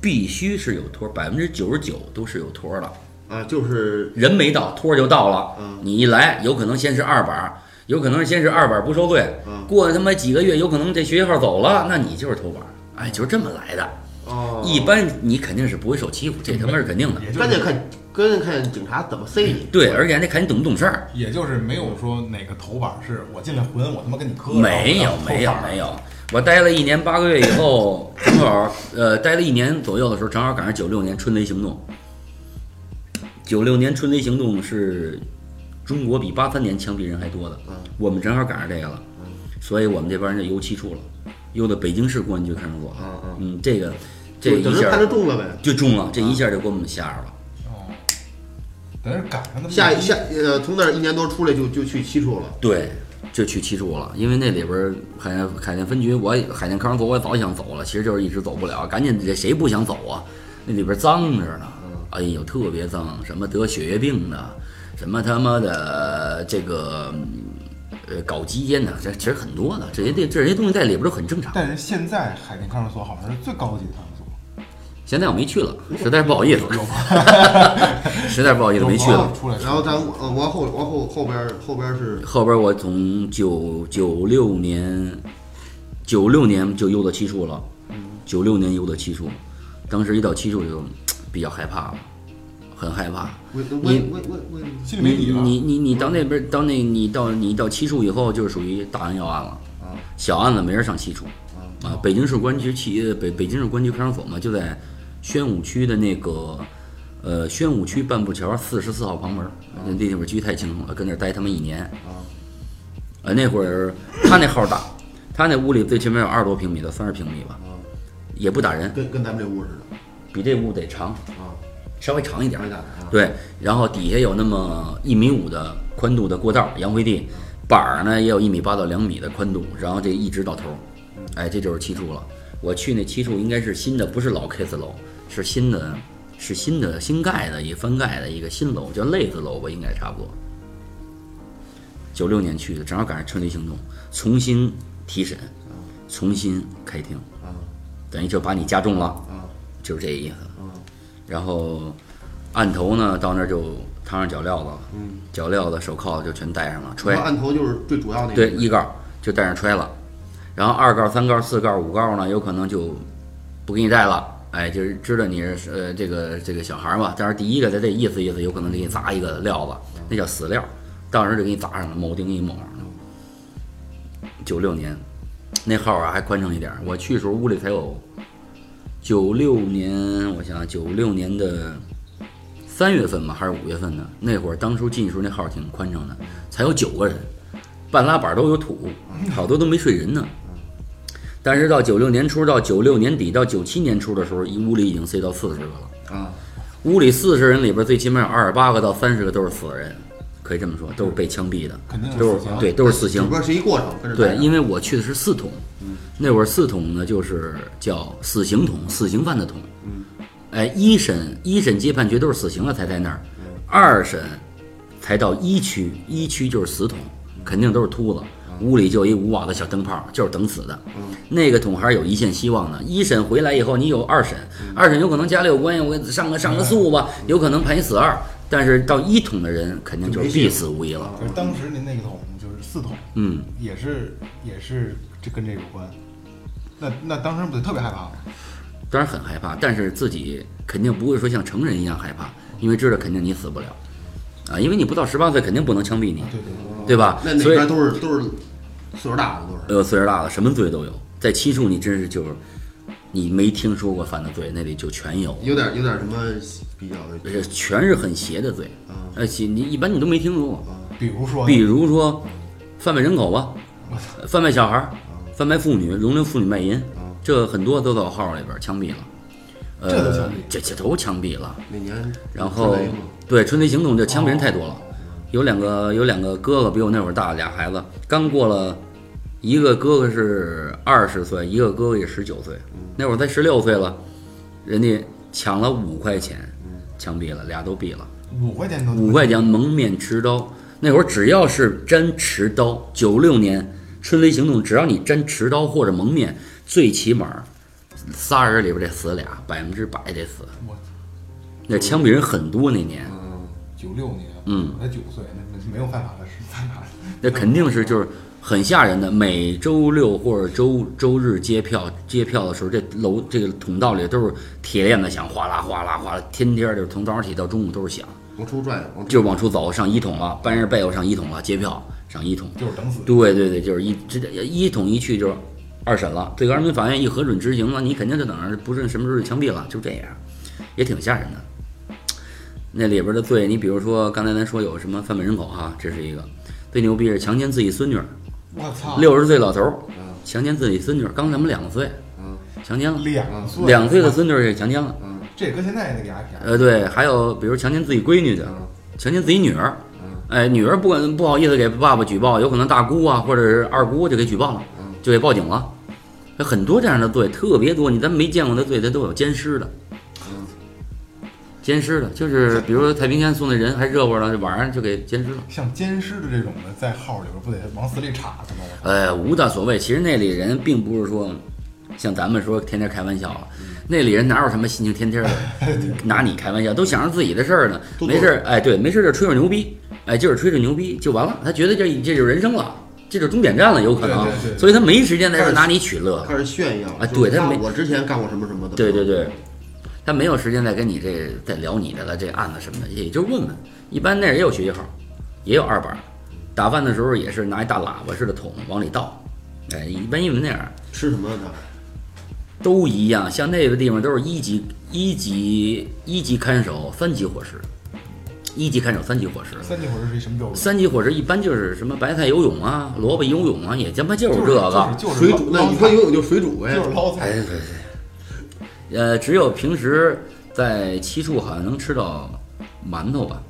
[SPEAKER 4] 必须是有托儿，百分之九十九都是有托儿的。
[SPEAKER 3] 啊，就是
[SPEAKER 4] 人没到，托儿就到了。
[SPEAKER 3] 嗯
[SPEAKER 4] 你一来，有可能先是二板儿，有可能是先是二板儿不受罪，
[SPEAKER 3] 嗯
[SPEAKER 4] 过他妈几个月，有可能这学习号走了，那你就是头板儿。哎，就是这么来的。
[SPEAKER 3] 哦，
[SPEAKER 4] 一般你肯定是不会受欺负，这他妈是肯定的。
[SPEAKER 2] 也就
[SPEAKER 3] 关键
[SPEAKER 2] 是
[SPEAKER 3] 看关键看警察怎么塞你。
[SPEAKER 4] 对，而且还得看你懂不懂事儿。
[SPEAKER 2] 也就是没有说哪个头板儿是我进来混，我他妈跟你磕。
[SPEAKER 4] 没有
[SPEAKER 2] 然后，
[SPEAKER 4] 没有
[SPEAKER 2] 后，板儿
[SPEAKER 4] 没有。我待了一年八个月以后，正好呃待了一年左右的时候，正好赶上九六年春雷行动。九六年春雷行动是中国比八三年枪毙人还多的
[SPEAKER 3] 嗯，
[SPEAKER 4] 我们正好赶上这个了，
[SPEAKER 2] 嗯
[SPEAKER 4] 所以我们这帮人就游七处了，游到北京市公安局看守
[SPEAKER 2] 哦
[SPEAKER 3] 嗯
[SPEAKER 4] 所了
[SPEAKER 3] 嗯。
[SPEAKER 4] 嗯，这个这一
[SPEAKER 3] 等于
[SPEAKER 4] 下
[SPEAKER 3] 判他中了呗。
[SPEAKER 4] 就中了，这一下就给我们吓着了。
[SPEAKER 2] 哦，等于赶上那么
[SPEAKER 3] 下
[SPEAKER 2] 一
[SPEAKER 3] 下呃，从那儿一年多出来就就去七处了。
[SPEAKER 4] 对，就去七处了，因为那里边儿海淀海淀分局，我也海淀康所我也早想走了，其实就是一直走不了，赶紧这谁不想走啊？那里边儿脏着呢，哎呦，特别脏，什么得血液病的，什么他妈的这个呃搞基烟的，这其实很多的，这些这这些东西在里边儿都很正常。
[SPEAKER 2] 但是现在海淀看守所好像是最高级的看守所，
[SPEAKER 4] 现在我没去了，实在是不好意思，实在是不好意思没去了。
[SPEAKER 2] 出来。
[SPEAKER 3] 然后咱呃，往后往后后边儿后边儿是
[SPEAKER 4] 后边我从九九六年，九六年就悠到七处了，九六年悠到七处，当时一到七处就比较害怕了，很害怕。
[SPEAKER 3] 为为
[SPEAKER 4] 你
[SPEAKER 3] 为为为
[SPEAKER 2] 心里没
[SPEAKER 4] 你
[SPEAKER 2] 底了。
[SPEAKER 4] 你你你到那边到那你到你到七处以后，就是属于大案要案了，
[SPEAKER 3] 啊
[SPEAKER 4] 小案子没人上七处啊。北京市公安局七北北京市公安局看守所嘛，就在宣武区的那个呃宣武区半步桥四十四号旁门，那地方记太清楚了，跟那儿待他妈一年。
[SPEAKER 3] 啊
[SPEAKER 4] 呃，那会儿他那号大，他那屋里最起码有二十多平米的，三十平米吧，
[SPEAKER 3] 啊，
[SPEAKER 4] 也不打人，
[SPEAKER 3] 跟跟咱们这屋似的
[SPEAKER 4] 比这屋得长，
[SPEAKER 3] 啊，
[SPEAKER 4] 稍微长一点
[SPEAKER 3] 长
[SPEAKER 4] 儿
[SPEAKER 3] 一。点啊，
[SPEAKER 4] 对，然后底下有那么一米五的宽度的过道，洋灰地，板儿呢也有一米八到两米的宽度，然后这一直到头儿，哎，这就是七处了。我去那七处应该是新的，不是老 K 字楼，是新的，是新的新盖的一个翻盖的一个新楼，叫类字楼吧，应该差不多。九六年去的，正好赶上春雷行动，重新提审，重新开庭，等于就把你加重了，
[SPEAKER 3] 啊
[SPEAKER 4] 就是这意思。
[SPEAKER 3] 啊
[SPEAKER 4] 然后案头呢，到那儿就烫上脚镣子了，
[SPEAKER 3] 嗯，
[SPEAKER 4] 脚镣子、手铐就全戴上了，
[SPEAKER 3] 然
[SPEAKER 4] 揣
[SPEAKER 3] 后案头就是最主要那个，
[SPEAKER 4] 对一告就戴上揣了，然后二告、三告、四告、五告呢，有可能就不给你戴了。哎，就是知道你是呃这个这个小孩儿嘛，但是第一个他得意思意思，有可能给你砸一个料子，那叫死料，到时候就给你砸上了，铆钉一铆上了。九六年，那号儿啊还宽敞一点儿，我去的时候屋里才有。九六年，我想啊九六年的三月份吧，还是五月份呢？那会儿当初进去时候那号儿挺宽敞的，才有九个人，半拉板儿都有土，好多都没睡人呢。但是到九六年初到九六年底到九七年初的时候，一屋里已经塞到四十个了。
[SPEAKER 3] 啊，
[SPEAKER 4] 屋里四十人里边，最起码有二十八个到三十个都是死人，可以这么说，都是被枪毙的，
[SPEAKER 2] 肯定是
[SPEAKER 4] 都是
[SPEAKER 2] 死刑
[SPEAKER 4] 对，都是死刑
[SPEAKER 3] 整。个是一过程，跟着
[SPEAKER 4] 对，因
[SPEAKER 3] 为
[SPEAKER 4] 为我去的是四桶，那会儿四桶呢就是叫死刑桶，死刑犯的桶。哎，一审一审阶判决都是死刑了才在那儿，二审才到一区，一区就是死桶，肯定都是秃子。屋里就一五瓦的小灯泡，就是等死的。那个桶还是有一线希望的。一审回来以后，你有二审，二审有可能家里有关系，我上个上个诉吧，有可能判你死二。但是到一桶的人，肯定就是必死无疑了。
[SPEAKER 2] 可是当时您那个桶就是四桶，
[SPEAKER 4] 嗯，
[SPEAKER 2] 也是也是这跟这有关。那那当时不得特别害怕吗？
[SPEAKER 4] 当然很害怕，但是自己肯定不会说像成人一样害怕，因为知道肯定你死不了，啊，因为你不到十八岁肯定不能枪毙你，
[SPEAKER 2] 对对对，
[SPEAKER 4] 对吧？
[SPEAKER 3] 那那
[SPEAKER 4] 所以
[SPEAKER 3] 边都是都是岁数大的都是，
[SPEAKER 4] 呃岁数大了，什么罪都有，在七处你真是就是你没听说过犯的罪，那里就全有，
[SPEAKER 3] 有点有点什么比较
[SPEAKER 4] 而
[SPEAKER 3] 的
[SPEAKER 4] 且全是很邪的罪，
[SPEAKER 3] 啊
[SPEAKER 4] 而且你一般你都没听说过，
[SPEAKER 2] 比如说，
[SPEAKER 4] 比如说贩卖人口吧，贩卖小孩儿，贩卖妇女，容留妇女卖淫，这很多都到号里边儿枪毙了，
[SPEAKER 2] 嗯这都枪
[SPEAKER 4] 呃
[SPEAKER 2] 毙，
[SPEAKER 4] 这这都枪毙了。
[SPEAKER 3] 那年春
[SPEAKER 4] 然后
[SPEAKER 3] 雷嘛
[SPEAKER 4] 对春雷行动这枪毙人太多了，有两个有两个哥哥比我那会儿大俩孩子，刚过了一个哥哥是二十岁，一个哥哥也十九岁，那会儿才十六岁了，人家抢了五块钱，枪毙了，俩都毙了，
[SPEAKER 2] 五块钱都
[SPEAKER 4] 五块钱蒙面持刀，那会儿只要是沾持刀，九六年春雷行动，只要你沾持刀或者蒙面，最起码仨人里边得死俩，百分之百得死
[SPEAKER 2] 我操。
[SPEAKER 4] 那枪毙人很多那年，
[SPEAKER 2] 九六年，
[SPEAKER 4] 嗯，
[SPEAKER 2] 我才九岁，那那没有犯法的事，犯法的
[SPEAKER 4] 那肯定是就是很吓人的。每周六或者周周日接票，接票的时候，这楼这个通道里都是铁链子响，哗啦哗啦哗啦，天天就是从早上起到中午都是响，
[SPEAKER 3] 往出转，往出
[SPEAKER 4] 就是往出走上一桶了，半日背后上一桶了，接票上一桶。
[SPEAKER 2] 就是等死。
[SPEAKER 4] 对对对，就是一这一桶一去就是二审了，最高人民法院一核准执行了，你肯定就等着不是什么时候就枪毙了，就这样，也挺吓人的。那里边的罪，你比如说刚才咱说有什么贩卖人口哈、这是一个最牛逼是强奸自己孙女儿，
[SPEAKER 2] 我操，
[SPEAKER 4] 六十岁老头儿
[SPEAKER 3] 嗯
[SPEAKER 4] 强奸自己孙女儿，刚咱们两岁
[SPEAKER 3] 嗯
[SPEAKER 4] 强奸了，
[SPEAKER 2] 两岁，啊
[SPEAKER 4] 两岁的孙女儿也强奸了。
[SPEAKER 3] 嗯
[SPEAKER 2] 这搁现在那个 IP
[SPEAKER 4] 呃，对，还有比如强奸自己闺女的，
[SPEAKER 3] 嗯
[SPEAKER 4] 强奸自己女儿
[SPEAKER 3] 嗯，
[SPEAKER 4] 哎，女儿不管不好意思给爸爸举报，有可能大姑啊或者是二姑就给举报了
[SPEAKER 3] 嗯，
[SPEAKER 4] 就给报警了。哎很多这样的罪特别多，你咱没见过的罪，它都有奸尸的
[SPEAKER 3] 嗯，
[SPEAKER 4] 奸尸的，就是比如说太平间送的人还热乎了，晚上就给奸尸了。
[SPEAKER 2] 像奸尸的这种的，在号里边不得往死里插他吗？
[SPEAKER 4] 呃，无大所谓。其实那里人并不是说像咱们说天天开玩笑了，
[SPEAKER 3] 嗯
[SPEAKER 4] 那里人哪有什么心情 天天的拿你开玩笑，都想着自己的事儿呢。
[SPEAKER 3] 都
[SPEAKER 4] 没事儿，哎，对，没事儿就吹吹牛逼，哎，就是吹吹牛逼就完了。他觉得这这就是人生了，这就是终点站了，有可能
[SPEAKER 2] 对对对，对
[SPEAKER 4] 所以他没时间在这儿拿你取乐。
[SPEAKER 3] 嗯开始炫耀
[SPEAKER 4] 啊
[SPEAKER 3] 就是
[SPEAKER 4] 对他
[SPEAKER 3] 看
[SPEAKER 4] 没
[SPEAKER 3] 我之前干过什么什么的，嗯
[SPEAKER 4] 对对对，他没有时间再跟你这再聊你的了，这案子什么的，也就问问。一般那儿也有学习号，也有二板儿，打饭的时候也是拿一大喇叭似的桶往里倒，哎，一般因为那样。
[SPEAKER 3] 吃什么的
[SPEAKER 4] 都一样，像那个地方都是一级、一级、一级看守，三级伙食，一级看守，三级伙食。
[SPEAKER 2] 三级火是一什么咒术？
[SPEAKER 4] 三级伙食一般就是什么白菜游泳啊、萝卜游泳啊，也他妈就是
[SPEAKER 2] 就是
[SPEAKER 4] 这个。
[SPEAKER 2] 就是
[SPEAKER 3] 水煮，那你说
[SPEAKER 2] 有
[SPEAKER 3] 游泳就水煮呗
[SPEAKER 2] 就，是捞
[SPEAKER 4] 哎，
[SPEAKER 2] 菜，
[SPEAKER 4] 对对对，呃，只有平时在七处好像能吃到馒头吧，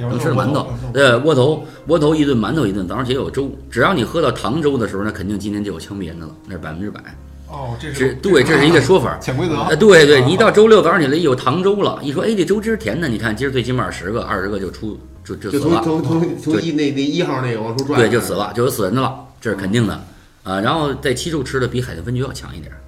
[SPEAKER 2] 要
[SPEAKER 4] 能
[SPEAKER 2] 不
[SPEAKER 4] 吃嗯馒头，呃，窝头，窝头一顿，馒头一顿，早上起来有粥。只要你喝到糖粥的时候，那肯定今天就有枪毙人的了，那是百分之百。
[SPEAKER 2] 哦，这
[SPEAKER 4] 这
[SPEAKER 2] 是
[SPEAKER 4] 对，这是一个说法。
[SPEAKER 2] 潜规则
[SPEAKER 4] 啊，。对对，你一到周六早上起来有糖粥了，一说哎这粥汁儿甜的，你看今儿最起码十个二十个就出就就
[SPEAKER 3] 就
[SPEAKER 4] 死
[SPEAKER 3] 从
[SPEAKER 4] 了，
[SPEAKER 3] 从从从
[SPEAKER 4] 对
[SPEAKER 3] 一那那一号那个往出转，
[SPEAKER 4] 对，就死了，就有死人的了，这是肯定的啊。然后在七处吃的比海淀分局要强一点儿，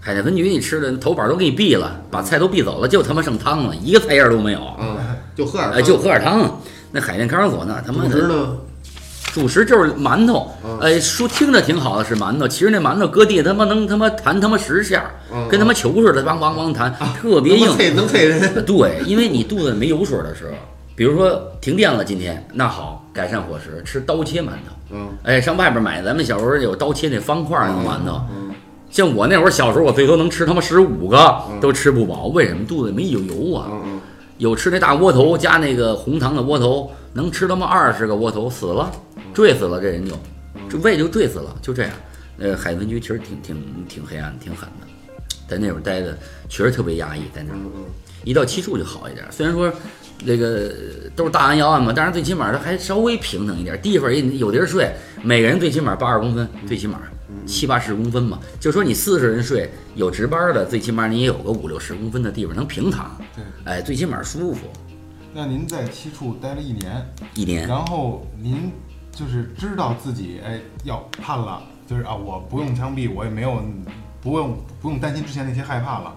[SPEAKER 4] 海淀分局你吃的头板都给你毙了，把菜都毙走了，就他妈剩汤了，一个菜叶儿都没有，
[SPEAKER 3] 啊，就喝点
[SPEAKER 4] 哎，
[SPEAKER 3] 汤，
[SPEAKER 4] 就喝点汤。那海淀看守所那他妈
[SPEAKER 3] 主食
[SPEAKER 4] 的
[SPEAKER 3] 呢，
[SPEAKER 4] 主食就是馒头
[SPEAKER 3] 嗯，
[SPEAKER 4] 哎，说听着挺好的是馒头，其实那馒头搁地他妈能他妈弹他妈十下儿
[SPEAKER 3] 嗯，
[SPEAKER 4] 跟他妈球似的，梆梆梆弹，
[SPEAKER 3] 啊
[SPEAKER 4] 特别硬
[SPEAKER 3] 能。配能配 人，
[SPEAKER 4] 对，因为你肚子没油水的时候，比如说停电了，今天那好，改善伙食，吃刀切馒头。
[SPEAKER 3] 嗯，
[SPEAKER 4] 哎，上外边买，咱们小时候有刀切那方块儿那个馒头。
[SPEAKER 3] 嗯
[SPEAKER 4] 像我那会儿小时候，我最多能吃他妈十五个
[SPEAKER 3] 嗯
[SPEAKER 4] 都吃不饱，为什么肚子没有油啊？
[SPEAKER 3] 嗯嗯，
[SPEAKER 4] 有吃那大窝头加那个红糖的窝头，能吃他妈二十个窝头，死了，
[SPEAKER 3] 嗯
[SPEAKER 4] 坠死了，这人就，这胃就坠死了，就这样。呃，海淀分局其实挺挺挺黑暗，挺狠的，在那会儿待的确实特别压抑，
[SPEAKER 3] 嗯
[SPEAKER 4] 在那儿。一到七处就好一点。虽然说这个都是大案要案嘛，但是最起码它还稍微平整一点，地方也有地儿睡，每个人最起码八十公分，最起码七八十公分嘛。就说你四十人睡，有值班的，最起码你也有个五六十公分的地方能平躺，
[SPEAKER 2] 对，
[SPEAKER 4] 哎，最起码舒服。
[SPEAKER 2] 那您在七处待了一年，
[SPEAKER 4] 一年
[SPEAKER 2] 然后您就是知道自己哎要判了，就是啊，我不用枪毙，我也没有不用不用担心之前那些害怕了。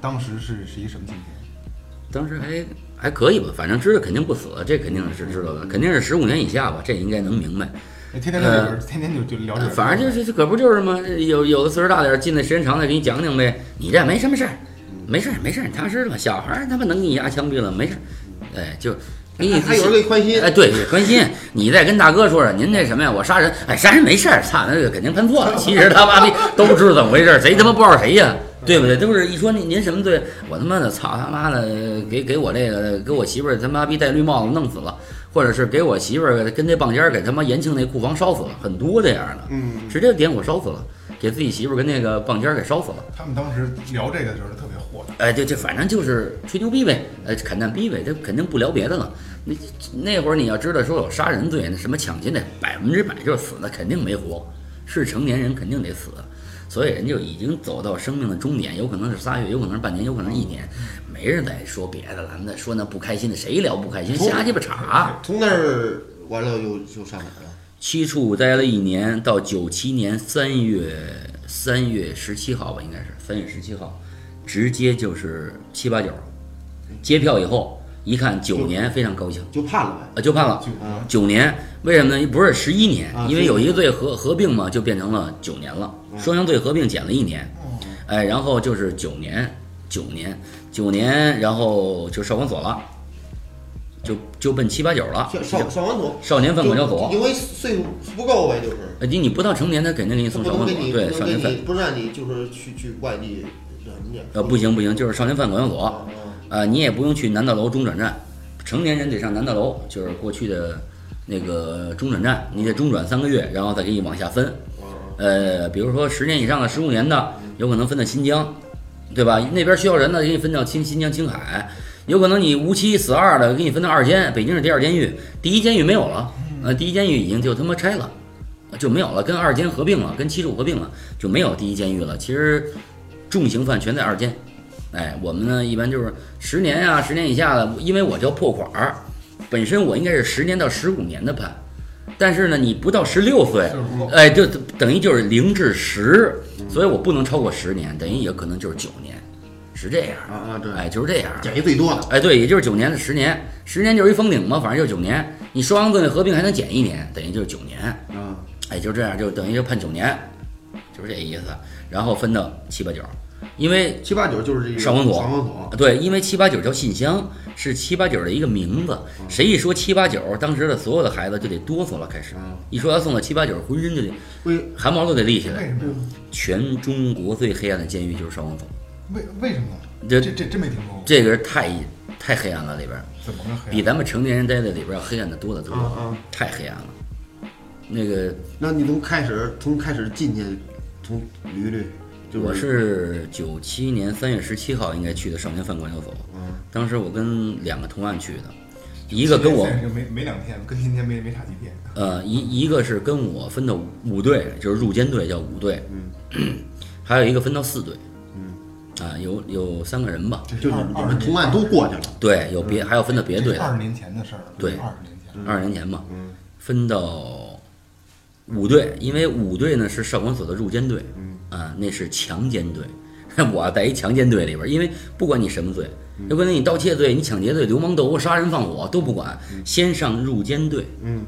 [SPEAKER 2] 当时是是一什么心情？
[SPEAKER 4] 当时还还可以吧，反正知道肯定不死，这肯定是知道的，肯定是十五年以下吧，这应该能明白。
[SPEAKER 2] 哎天天在里边，天天就就聊这，
[SPEAKER 4] 呃啊反正就是这可不就是吗？有有的岁数大点儿，进的时间长了，给你讲讲呗。你这没什么事儿，没事儿没事儿，你踏实吧。小孩儿他妈能给你压枪毙了，没事儿。哎，就给你
[SPEAKER 3] 还有人给你宽心
[SPEAKER 4] 哎，对，也宽心。 你再跟大哥说说，您那什么呀？我杀人，哎，杀人没事儿，操，那个肯定判错了。其实 他妈的都知道怎么回事儿，谁他妈不知道谁
[SPEAKER 3] 嗯
[SPEAKER 4] 呀？对不对？都是一说您您什么罪，我他妈的操他妈的，给给我这个给我媳妇儿他妈逼戴绿帽子弄死了，或者是给我媳妇儿跟那棒尖儿给他妈延庆那库房烧死了，很多这样的，
[SPEAKER 3] 嗯，
[SPEAKER 4] 直接点火烧死了，给自己媳妇儿跟那个棒尖儿给烧死了。
[SPEAKER 2] 他们当时聊这个的时候特别豁达，
[SPEAKER 4] 哎，对，这反正就是吹牛逼呗，呃，砍蛋逼呗，这肯定不聊别的了。那那会儿你要知道说有杀人罪，那什么抢劫那百分之百就是死，那肯定没活，是成年人肯定得死，所以人就已经走到生命的终点，有可能是仨月，有可能是半年，有可能是一年，没人再说别的了，咱们再说那不开心的，谁聊不开心？瞎鸡巴扯。
[SPEAKER 3] 从那儿完了又又上哪儿了？
[SPEAKER 4] 七处待了一年，到九七年三月三月十七号吧，应该是三月十七号，直接就是七八九，接票以后一看九年，非常高兴，
[SPEAKER 3] 就判了呗，
[SPEAKER 4] 呃，就判了
[SPEAKER 2] 就
[SPEAKER 3] 啊，
[SPEAKER 4] 九年。为什么呢？不是十一年
[SPEAKER 3] 啊，
[SPEAKER 4] 因为有一个罪合合并嘛，就变成了九年了，双阳罪合并减了一年，哎，然后就是九年，九年，九年，然后就少管所了，就就奔七八九了，
[SPEAKER 3] 上上上完所，
[SPEAKER 4] 少年犯管教所
[SPEAKER 3] 就。因为岁数不够呗，就是
[SPEAKER 4] 呃，你你不到成年，他肯定给你
[SPEAKER 3] 他
[SPEAKER 4] 送
[SPEAKER 3] 不
[SPEAKER 4] 少
[SPEAKER 3] 能
[SPEAKER 4] 管
[SPEAKER 3] 给
[SPEAKER 4] 所，
[SPEAKER 3] 你，不能
[SPEAKER 4] 对，少年
[SPEAKER 3] 给
[SPEAKER 4] 犯
[SPEAKER 3] 你，，不让你就是去去外地什么的，
[SPEAKER 4] 呃，不行不行，就是少年犯管教
[SPEAKER 3] 啊，
[SPEAKER 4] 所，
[SPEAKER 3] 啊
[SPEAKER 4] 呃，你也不用去南大楼中转站，成年人得上南大楼，就是过去的那个中转站，你得中转三个月，然后再给你往下分，
[SPEAKER 3] 啊
[SPEAKER 4] 呃，比如说十年以上的、十五年的，有可能分到新疆，对吧？那边需要人呢，给你分到新新疆、青海，有可能你无期死二的，给你分到二监，北京是第二监狱，第一监狱没有了，呃，第一监狱已经就他妈拆了，就没有了，跟二监合并了，跟七处合并了，就没有第一监狱了。其实重刑犯全在二监，哎，我们呢一般就是十年呀、十年以下的，因为我叫破款儿，本身我应该是十年到十五年的判，但是呢，你不到十六
[SPEAKER 2] 岁
[SPEAKER 4] 岁
[SPEAKER 2] 数不够，
[SPEAKER 4] 哎，就等于就是零至十，所以我不能超过十年，等于也可能就是九年，是这样。
[SPEAKER 3] 啊啊，对，
[SPEAKER 4] 哎，就是这样。
[SPEAKER 3] 减一最多了，
[SPEAKER 4] 哎，对，也就是九年的十年，十年就是一封顶嘛，反正就是九年。你双阳罪合并还能减一年，等于就是九年。
[SPEAKER 3] 啊，
[SPEAKER 4] 哎，就这样，就等于就判九年，就是这意思。然后分到七八九，因为
[SPEAKER 3] 七八九就是这个
[SPEAKER 4] 上完所
[SPEAKER 3] 上啊完所，
[SPEAKER 4] 对，因为七八九叫信箱，是七八九的一个名字。谁一说七八九，当时的所有的孩子就得哆嗦了，开始
[SPEAKER 3] 嗯
[SPEAKER 4] 一说要送到七八九，浑身就得
[SPEAKER 3] 为
[SPEAKER 4] 汗毛都得立起来
[SPEAKER 2] 为。什么呀？
[SPEAKER 3] 嗯
[SPEAKER 4] 全中国最黑暗的监狱就是少管所，
[SPEAKER 2] 为为什么呢？
[SPEAKER 4] 这
[SPEAKER 2] 这这真没听说过，
[SPEAKER 4] 这个是太太黑暗了，里边儿
[SPEAKER 2] 怎么个黑
[SPEAKER 4] 比
[SPEAKER 2] 啊？
[SPEAKER 4] 咱们成年人待在里边儿要黑暗的多得多，
[SPEAKER 3] 啊啊
[SPEAKER 4] 太黑暗了。那个
[SPEAKER 3] 那你从开始从开始进去，从捋捋，就是
[SPEAKER 4] 我是九七年三月十七号应该去的少年犯管教所，
[SPEAKER 3] 嗯
[SPEAKER 4] 当时我跟两个同案去的，一个跟我
[SPEAKER 2] 现在就没没两天，跟今天没没差几天。
[SPEAKER 4] 呃一一个是跟我分到五队，就是入监队叫五队，
[SPEAKER 3] 嗯，
[SPEAKER 4] 还有一个分到四队，嗯，啊有有三个人吧，
[SPEAKER 2] 这
[SPEAKER 3] 就是
[SPEAKER 2] 二
[SPEAKER 3] 你
[SPEAKER 2] 二
[SPEAKER 3] 们
[SPEAKER 2] 十
[SPEAKER 3] 同
[SPEAKER 2] 年
[SPEAKER 3] 案都过去了，
[SPEAKER 4] 对，有别还有分到别
[SPEAKER 2] 这
[SPEAKER 4] 队
[SPEAKER 2] 是
[SPEAKER 4] 的
[SPEAKER 2] 二，十年前的事儿了，
[SPEAKER 4] 对
[SPEAKER 2] 这是二十年前。
[SPEAKER 4] 二十年前嘛，
[SPEAKER 3] 嗯
[SPEAKER 4] 分到五队，因为五队呢是少管所的入监队，
[SPEAKER 3] 嗯
[SPEAKER 4] 啊，那是强奸队， 我在一强奸队里边儿，因为不管你什么罪，有可能你盗窃罪、你抢劫罪、流氓斗殴、杀人放火都不管，先上入监队，
[SPEAKER 3] 嗯，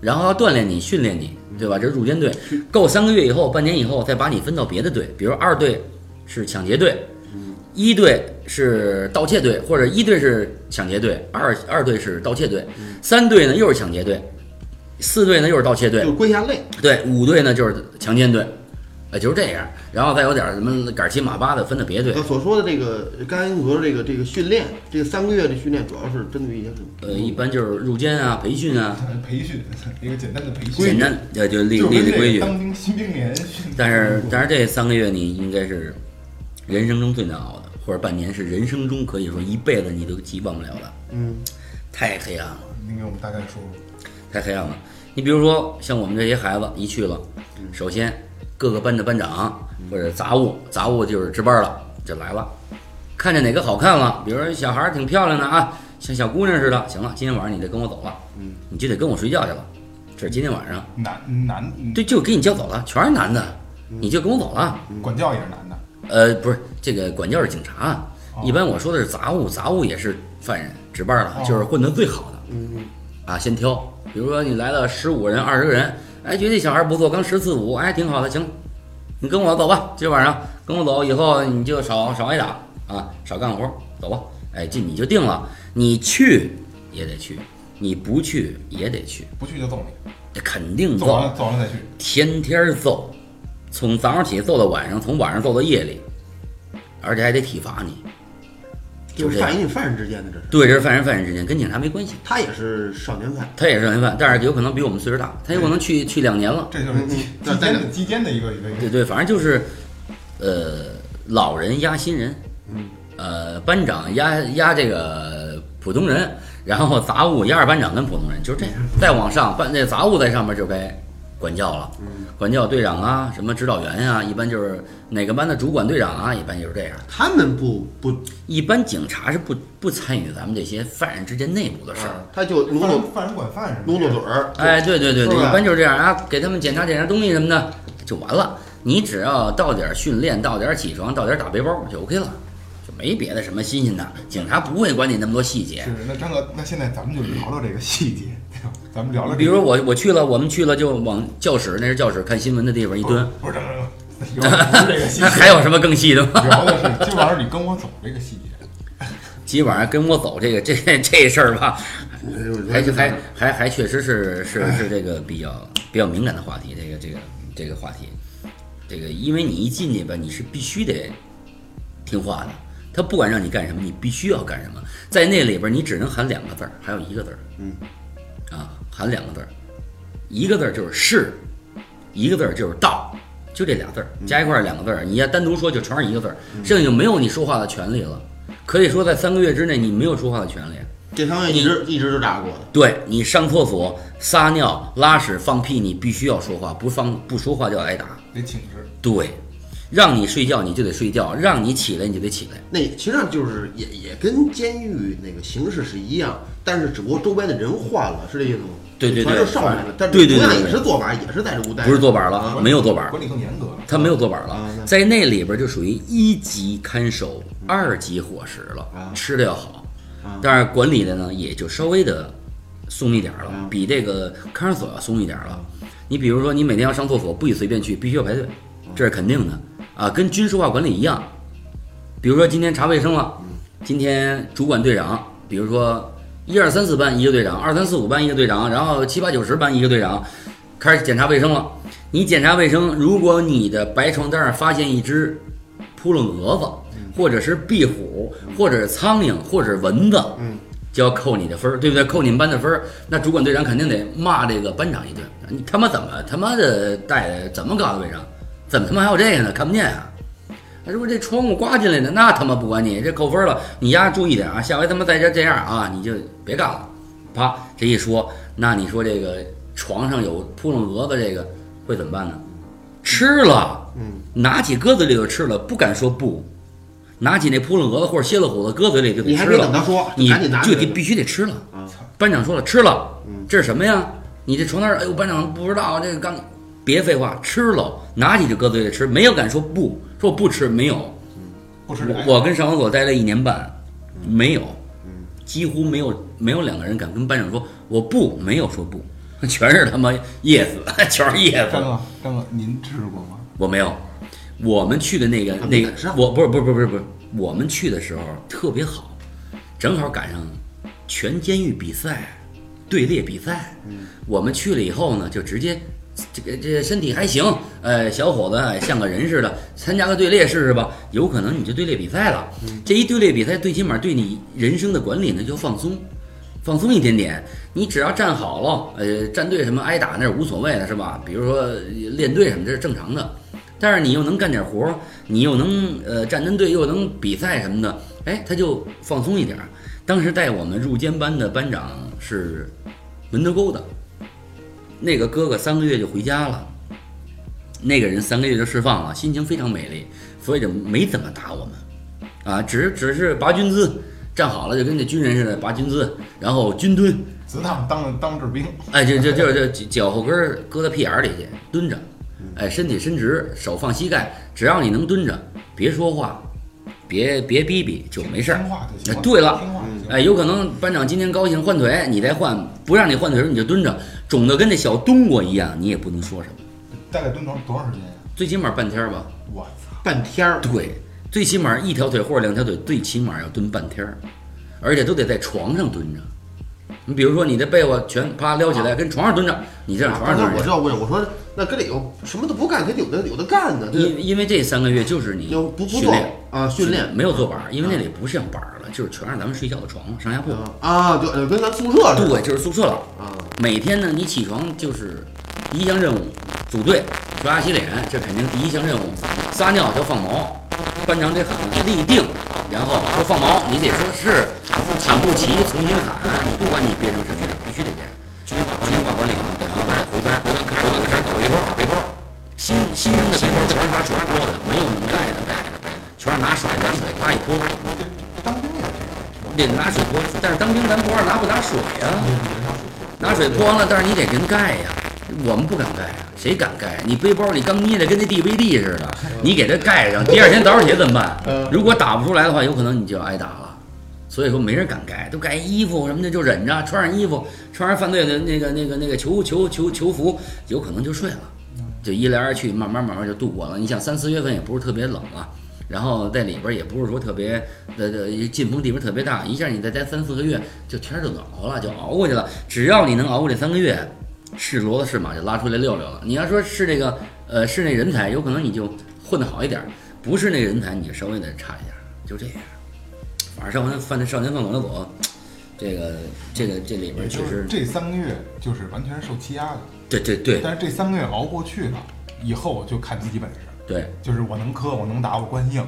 [SPEAKER 4] 然后要锻炼你、训练你，对吧？这是入监队，够三个月以后、半年以后，再把你分到别的队，比如二队是抢劫队，一队是盗窃队，或者一队是抢劫队，二二队是盗窃队，三队呢又是抢劫队，四队呢又是盗窃队
[SPEAKER 3] 就，是归下类，
[SPEAKER 4] 对，五队呢就是强奸队，呃，就是这样，然后再有点什么杆七马八的分到别队
[SPEAKER 3] 呃，，所说的这个，刚才你说的这个这个训练，这个三个月的训练，主要是针对一些什么？
[SPEAKER 4] 呃，一般就是入监啊、培训啊，
[SPEAKER 2] 培训一个简单的培训，
[SPEAKER 4] 简单呃就立
[SPEAKER 2] 就
[SPEAKER 4] 立
[SPEAKER 2] 跟
[SPEAKER 4] 立规
[SPEAKER 2] 这
[SPEAKER 4] 矩
[SPEAKER 2] 个。当兵新兵连训，
[SPEAKER 4] 但是但是这三个月你应该是人生中最难熬的，或者半年是人生中可以说一辈子你都记忘不了的，
[SPEAKER 3] 嗯，
[SPEAKER 4] 太黑暗了，
[SPEAKER 2] 您给我们大概说说，
[SPEAKER 4] 太黑暗了。你比如说像我们这些孩子一去了，首先各个班的班长或者杂务，杂务就是值班了，就来了。看见哪个好看了，比如说小孩儿挺漂亮的啊，像小姑娘似的，行了，今天晚上你得跟我走了，
[SPEAKER 3] 嗯，
[SPEAKER 4] 你就得跟我睡觉去了，这是今天晚上，
[SPEAKER 2] 男男
[SPEAKER 4] 对，就给你叫走了，全是男的，你就跟我走了。
[SPEAKER 2] 管教也是男的，
[SPEAKER 4] 呃，不是，这个管教是警察，啊
[SPEAKER 2] 哦
[SPEAKER 4] 一般我说的是杂务，杂务也是犯人值班的，
[SPEAKER 2] 哦
[SPEAKER 4] 就是混得最好的，
[SPEAKER 3] 嗯，
[SPEAKER 4] 啊，先挑，比如说你来了十五个人、二十个人，哎，觉得这小孩不错，刚十四五，哎，挺好的，行，你跟我走吧，今晚上跟我走，以后你就少少挨打啊，少干活，走吧，哎，这你就定了，你去也得去，你不去也得去，
[SPEAKER 2] 不去就揍你，
[SPEAKER 4] 这肯定
[SPEAKER 2] 揍完
[SPEAKER 4] 嗯揍，
[SPEAKER 2] 了揍完了再去，
[SPEAKER 4] 天天揍，从早上起揍到晚上，从晚上揍到夜里，而且还得体罚你。
[SPEAKER 3] 就
[SPEAKER 4] 就是这样
[SPEAKER 3] 犯人与犯人之间的，这是
[SPEAKER 4] 对，这是犯人犯人之间，跟警察没关系。
[SPEAKER 3] 他也是少年犯，
[SPEAKER 4] 他也是人犯，但是有可能比我们岁数大，他有可能去去两年了。
[SPEAKER 2] 这就是基
[SPEAKER 3] 嗯嗯
[SPEAKER 2] 基间的基间的一个一个一
[SPEAKER 4] 对
[SPEAKER 2] 个，
[SPEAKER 4] 对，反正就是，呃，老人压新人，呃，班长压压这个普通人，然后杂务压着班长跟普通人，就是这样。再往上，班那杂务在上面就该管教了，管教队长啊，什么指导员啊，一般就是哪个班的主管队长啊，一般就是这样。
[SPEAKER 3] 他们不不，
[SPEAKER 4] 一般警察是不不参与咱们这些犯人之间内部的事儿。
[SPEAKER 3] 啊他就努
[SPEAKER 2] 犯
[SPEAKER 3] 努
[SPEAKER 2] 人犯人管犯人，
[SPEAKER 3] 努努嘴儿，
[SPEAKER 4] 哎，对对对
[SPEAKER 3] 是
[SPEAKER 4] 对，
[SPEAKER 3] 吧
[SPEAKER 4] 一般就是这样啊，给他们检查检查东西什么的就完了。你只要到点儿训练，到点儿起床，到点儿打背包就 OK 了，就没别的什么新鲜的。警察不会管你那么多细节
[SPEAKER 2] 是。那张哥，那现在咱们就聊聊这个细节，对吧？咱们聊聊这个，
[SPEAKER 4] 比如我我去了，我们去了就往教室，那是教室看新闻的地方一
[SPEAKER 2] 不是
[SPEAKER 3] 哦
[SPEAKER 4] 蹲，
[SPEAKER 2] 哦不是张哥，聊的不是这个细节
[SPEAKER 4] 那， 还有什么更细的吗？
[SPEAKER 2] 聊的是今晚上你跟我走这个细节，
[SPEAKER 4] 今晚上跟我走这个这这事儿吧，还
[SPEAKER 3] 还
[SPEAKER 4] 还还还确实是是是这个比较比较敏感的话题，这个这个这个话题，这个因为你一进去吧，你是必须得听话的，他不管让你干什么，你必须要干什么，在那里边你只能喊两个字儿，还有一个字儿，
[SPEAKER 3] 嗯，
[SPEAKER 4] 啊，喊两个字儿，一个字儿就是是，一个字儿就是到，就这俩字儿加一块儿两个字儿，你要单独说就全是一个字儿，剩下就没有你说话的权利了，可以说在三个月之内你没有说话的权利。
[SPEAKER 3] 这三个月一直一直就打过的，
[SPEAKER 4] 对你上厕所、撒尿、拉屎、放屁，你必须要说话，不放不说话就要挨打。
[SPEAKER 2] 得请示。
[SPEAKER 4] 对，让你睡觉你就得睡觉，让你起来你就得起来。
[SPEAKER 3] 那其实上就是也也跟监狱那个形式是一样，但是只不过周边的人换了，是这意思吗？
[SPEAKER 4] 对对对
[SPEAKER 3] 全是少年了，但是
[SPEAKER 4] 对对对
[SPEAKER 3] 同样
[SPEAKER 4] 对
[SPEAKER 3] 也是坐板，也是在这屋待着，
[SPEAKER 4] 不是坐板了，
[SPEAKER 2] 嗯
[SPEAKER 3] 啊
[SPEAKER 4] 没有坐板，
[SPEAKER 2] 管理更严格了。
[SPEAKER 4] 他没有坐板了
[SPEAKER 3] 啊，那嗯
[SPEAKER 4] 在那里边就属于一级看守、二级伙食了
[SPEAKER 3] 啊，
[SPEAKER 4] 吃的要好
[SPEAKER 3] 啊，
[SPEAKER 4] 但是管理的呢也就稍微的松一点儿了
[SPEAKER 3] 啊，
[SPEAKER 4] 比这个看守所要松一点儿了。你比如说，你每天要上厕所，不许随便去，必须要排队，这是肯定的啊，跟军事化管理一样。比如说今天查卫生了，
[SPEAKER 3] 嗯
[SPEAKER 4] 今天主管队长，比如说一二三四班一个队长，二三四五班一个队长，然后七八九十班一个队长，开始检查卫生了。你检查卫生，如果你的白床单上发现一只扑棱蛾子，或者是壁虎，或者是苍蝇，或者是蚊子，
[SPEAKER 3] 嗯，
[SPEAKER 4] 就要扣你的分儿，对不对？扣你们班的分儿，那主管队长肯定得骂这个班长一顿。你他妈怎么他妈的带的怎么搞的卫生？怎么他妈还有这个呢？看不见啊！他说这窗户刮进来的，那他妈不管你，这扣分了，你丫注意点啊，下回他妈再这这样啊，你就别干了。啪，这一说，那你说这个床上有扑棱蛾子，这个会怎么办呢？吃了，
[SPEAKER 3] 嗯，
[SPEAKER 4] 拿起搁嘴里就吃了，不敢说不。拿起那扑棱蛾子或者蝎子虎子搁嘴里就得
[SPEAKER 3] 你还
[SPEAKER 4] 吃
[SPEAKER 3] 没
[SPEAKER 4] 了
[SPEAKER 3] 等，他说，
[SPEAKER 4] 你
[SPEAKER 3] 赶紧拿
[SPEAKER 4] 就
[SPEAKER 3] 起
[SPEAKER 4] 得
[SPEAKER 3] 来
[SPEAKER 4] 必须得吃了。
[SPEAKER 3] 啊，
[SPEAKER 4] 班长说了，吃了
[SPEAKER 3] 嗯，
[SPEAKER 4] 这是什么呀？你这床单儿，哎呦，班长不知道这个刚，别废话，吃了，拿起就搁嘴里吃，没有敢说不，说我不吃没有，
[SPEAKER 2] 不吃这个。
[SPEAKER 4] 我跟上厕所待了一年半，没有，几乎没有没有两个人敢跟班长说我不，没有说不，全是他妈叶子， 全是叶
[SPEAKER 2] 张
[SPEAKER 4] 子。
[SPEAKER 2] 哥，张哥，您吃过吗？
[SPEAKER 4] 我没有，我们去的那个
[SPEAKER 3] 他们
[SPEAKER 4] 那个
[SPEAKER 3] 敢上，
[SPEAKER 4] 我不是不是不是不是不是，我们去的时候特别好，正好赶上全监狱比赛队列比赛，
[SPEAKER 3] 嗯
[SPEAKER 4] 我们去了以后呢，就直接。这个这个身体还行，呃，小伙子哎像个人似的，参加个队列试试吧，有可能你就队列比赛了。
[SPEAKER 3] 嗯
[SPEAKER 4] 这一队列比赛，最起码对你人生的管理呢就放松，放松一点点。你只要站好了，呃，站队什么挨打那是无所谓的，是吧？比如说呃练队什么，这是正常的。但是你又能干点活儿，你又能呃站针队，又能比赛什么的，哎，他就放松一点儿。当时带我们入监班的班长是门头沟的，那个哥哥三个月就回家了，那个人三个月就释放了，心情非常美丽，所以就没怎么打我们，啊，只只是拔军姿，站好了就跟那军人似的拔军姿，然后军蹲，
[SPEAKER 2] 只当当当治兵，
[SPEAKER 4] 哎，就就就就脚后跟儿搁到屁眼儿里去蹲着，哎，身体伸直，手放膝盖，只要你能蹲着，别说话，别别逼逼，就没事儿
[SPEAKER 2] 听话就。行
[SPEAKER 4] 哎。对了，
[SPEAKER 2] 听话就行。
[SPEAKER 4] 哎，有可能班长今天高兴换腿，你再换，不让你换腿的时候你就蹲着，肿得跟那小冬瓜一样，你也不能说什么，
[SPEAKER 2] 大概蹲多多长时间呀？
[SPEAKER 4] 最起码半天儿吧。
[SPEAKER 2] 我操！
[SPEAKER 3] 半天儿，
[SPEAKER 4] 对，最起码一条腿或者两条腿，最起码要蹲半天儿，而且都得在床上蹲着。你比如说，你的被窝全啪撩起来，跟床上蹲着，你这样床上
[SPEAKER 3] 刚才啊
[SPEAKER 4] 蹲
[SPEAKER 3] 我知
[SPEAKER 4] 着。
[SPEAKER 3] 道问，我说那跟里头什么都不干，他有的有的干呢，这
[SPEAKER 4] 因因为这三个月就是你
[SPEAKER 3] 有不不
[SPEAKER 4] 训
[SPEAKER 3] 做
[SPEAKER 4] 练
[SPEAKER 3] 啊训练
[SPEAKER 4] 没有坐板儿，因为那里不像板儿了，就是全是咱们睡觉的床上下铺。
[SPEAKER 3] 啊，对，呃跟咱宿舍似的
[SPEAKER 4] 对，就是宿舍了。
[SPEAKER 3] 啊，
[SPEAKER 4] 每天呢，你起床就是第一项任务，组队刷牙洗脸，这肯定第一项任务。撒尿就放毛，班长得喊立定，然后说放毛，你得说是，喊不齐重新喊，你不管你变成什么样，必须得这样。军军管管领，然后再回班，回班回班开始抖背包，背包，新新生的背包全是拿甩锅的，没有能盖的，全是拿甩两腿啪一拖，
[SPEAKER 2] 当兵也是
[SPEAKER 4] 得拿水泼，但是当兵咱不知道拿不拿水呀、拿水泼完了，但是你得跟盖呀、我们不敢盖呀、谁敢盖、啊你背包里刚捏的跟那 DVD 似的，你给它盖上，第二天早上起来怎么办？如果打不出来的话，有可能你就挨打了。所以说没人敢盖，都盖衣服什么的就忍着，穿上衣服，穿上犯罪的那个那个那个囚囚囚囚服，有可能就睡了，就一来二去，慢慢慢慢就度过了。你想三四月份也不是特别冷啊，然后在里边也不是说特别呃呃进风地方特别大，一下你再待三四个月，就天儿就暖和了，就熬过去了。只要你能熬过这三个月，是骡子是马就拉出来溜溜了。你要说是那个呃是那人才，有可能你就混得好一点儿；不是那人才，你就稍微的差一点儿，就这样。反正少年犯少年犯广流所，这个这个这里边
[SPEAKER 2] 也
[SPEAKER 4] 确
[SPEAKER 2] 就
[SPEAKER 4] 实
[SPEAKER 2] 是这三个月就是完全受欺压的，
[SPEAKER 4] 对对对
[SPEAKER 2] 但是这三个月熬过去了，以后就看自己本事，
[SPEAKER 4] 对，
[SPEAKER 2] 就是我能磕，我能打，我关硬。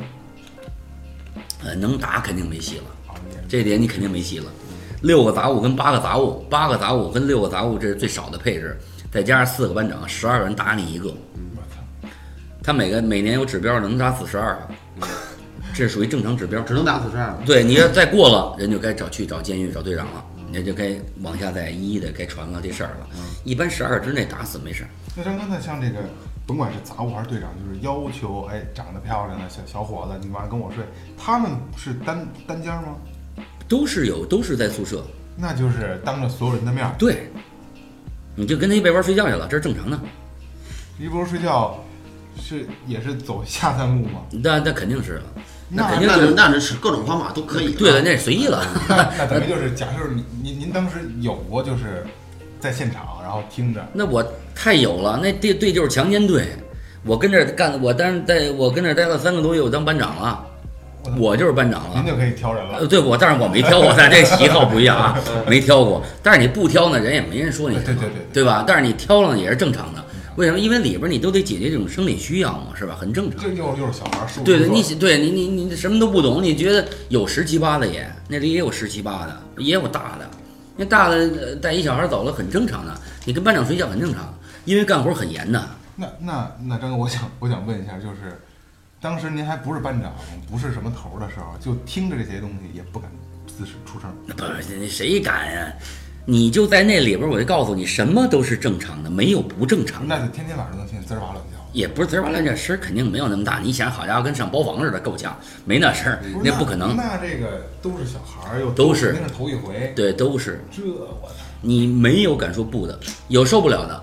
[SPEAKER 4] 呃，能打肯定没戏了。
[SPEAKER 2] 啊，也
[SPEAKER 4] 这点你肯定没戏了。六个杂物跟八个杂物，八个杂物跟六个杂物，这是最少的配置，再加上四个班长，十二个人打你一个。
[SPEAKER 2] 我操！
[SPEAKER 4] 他每个每年有指标，能打死十二个，这是属于正常指标。
[SPEAKER 3] 只能打四十二，
[SPEAKER 4] 对，你要再过了，人就该找去找监狱找队长了，人就该往下再一一的该传了这事儿了。一般十二之内打死没事儿。
[SPEAKER 2] 那张刚才像这个，甭管是杂物还是队长，就是要求，哎，长得漂亮的小小伙子，你晚上跟我睡，他们是单单间吗？
[SPEAKER 4] 都是有，都是在宿舍。
[SPEAKER 2] 那就是当着所有人的面儿，
[SPEAKER 4] 对，你就跟他一被窝睡觉去了，这是正常的。
[SPEAKER 2] 一波睡觉是也是走下三路吗？
[SPEAKER 4] 那那肯定是了，
[SPEAKER 2] 那
[SPEAKER 4] 肯定
[SPEAKER 3] 那
[SPEAKER 4] 就是
[SPEAKER 3] 那那是各种方法都可以，啊
[SPEAKER 4] 对了，那是随意了。
[SPEAKER 2] 那那等于就是，假设您您您当时有过就是在现场，然后听着，
[SPEAKER 4] 那我太有了，那队队就是强奸队，我跟这儿干，我当时在我跟这儿待了三个多月，我当班长了，我就是班长
[SPEAKER 2] 您
[SPEAKER 4] 了。
[SPEAKER 2] 就可以挑人
[SPEAKER 4] 呃，
[SPEAKER 2] 了。
[SPEAKER 4] 对，我但是我没挑过，咱这喜好不一 样啊，没挑过。但是你不挑呢，人也没人说你什
[SPEAKER 2] 嗯
[SPEAKER 4] 么，
[SPEAKER 2] 对对对对
[SPEAKER 4] 对吧？但是你挑了也是正常的，为什么？因为里边你都得解决这种生理需要嘛，是吧？很正常
[SPEAKER 2] 这。又又是小孩儿，是不
[SPEAKER 4] 对
[SPEAKER 2] 是
[SPEAKER 4] 对，你对你你你什么都不懂，你觉得有十七八的也，那里也有十七八的，也有大的，那大的呃带一小孩走了很正常的，你跟班长睡觉很正常，因为干活很严的。
[SPEAKER 2] 那那那张哥，我想我想问一下，就是当时您还不是班长，不是什么头儿的时候，就听着这些东西也不敢自是出声。
[SPEAKER 4] 那不是谁敢呀、你就在那里边，我就告诉你，什么都是正常的，没有不正常的。
[SPEAKER 2] 那就天天晚上能听滋儿哇乱叫。
[SPEAKER 4] 也不是滋儿哇乱这声儿肯定没有那么大。你想，好家伙，跟上包房似的，够呛，没那声儿，
[SPEAKER 2] 不是
[SPEAKER 4] 那不可能。
[SPEAKER 2] 那这个都是小孩儿，又
[SPEAKER 4] 都是
[SPEAKER 2] 肯定是头一回，
[SPEAKER 4] 对，都是
[SPEAKER 2] 这我操！
[SPEAKER 4] 你没有敢说不的，有受不了的。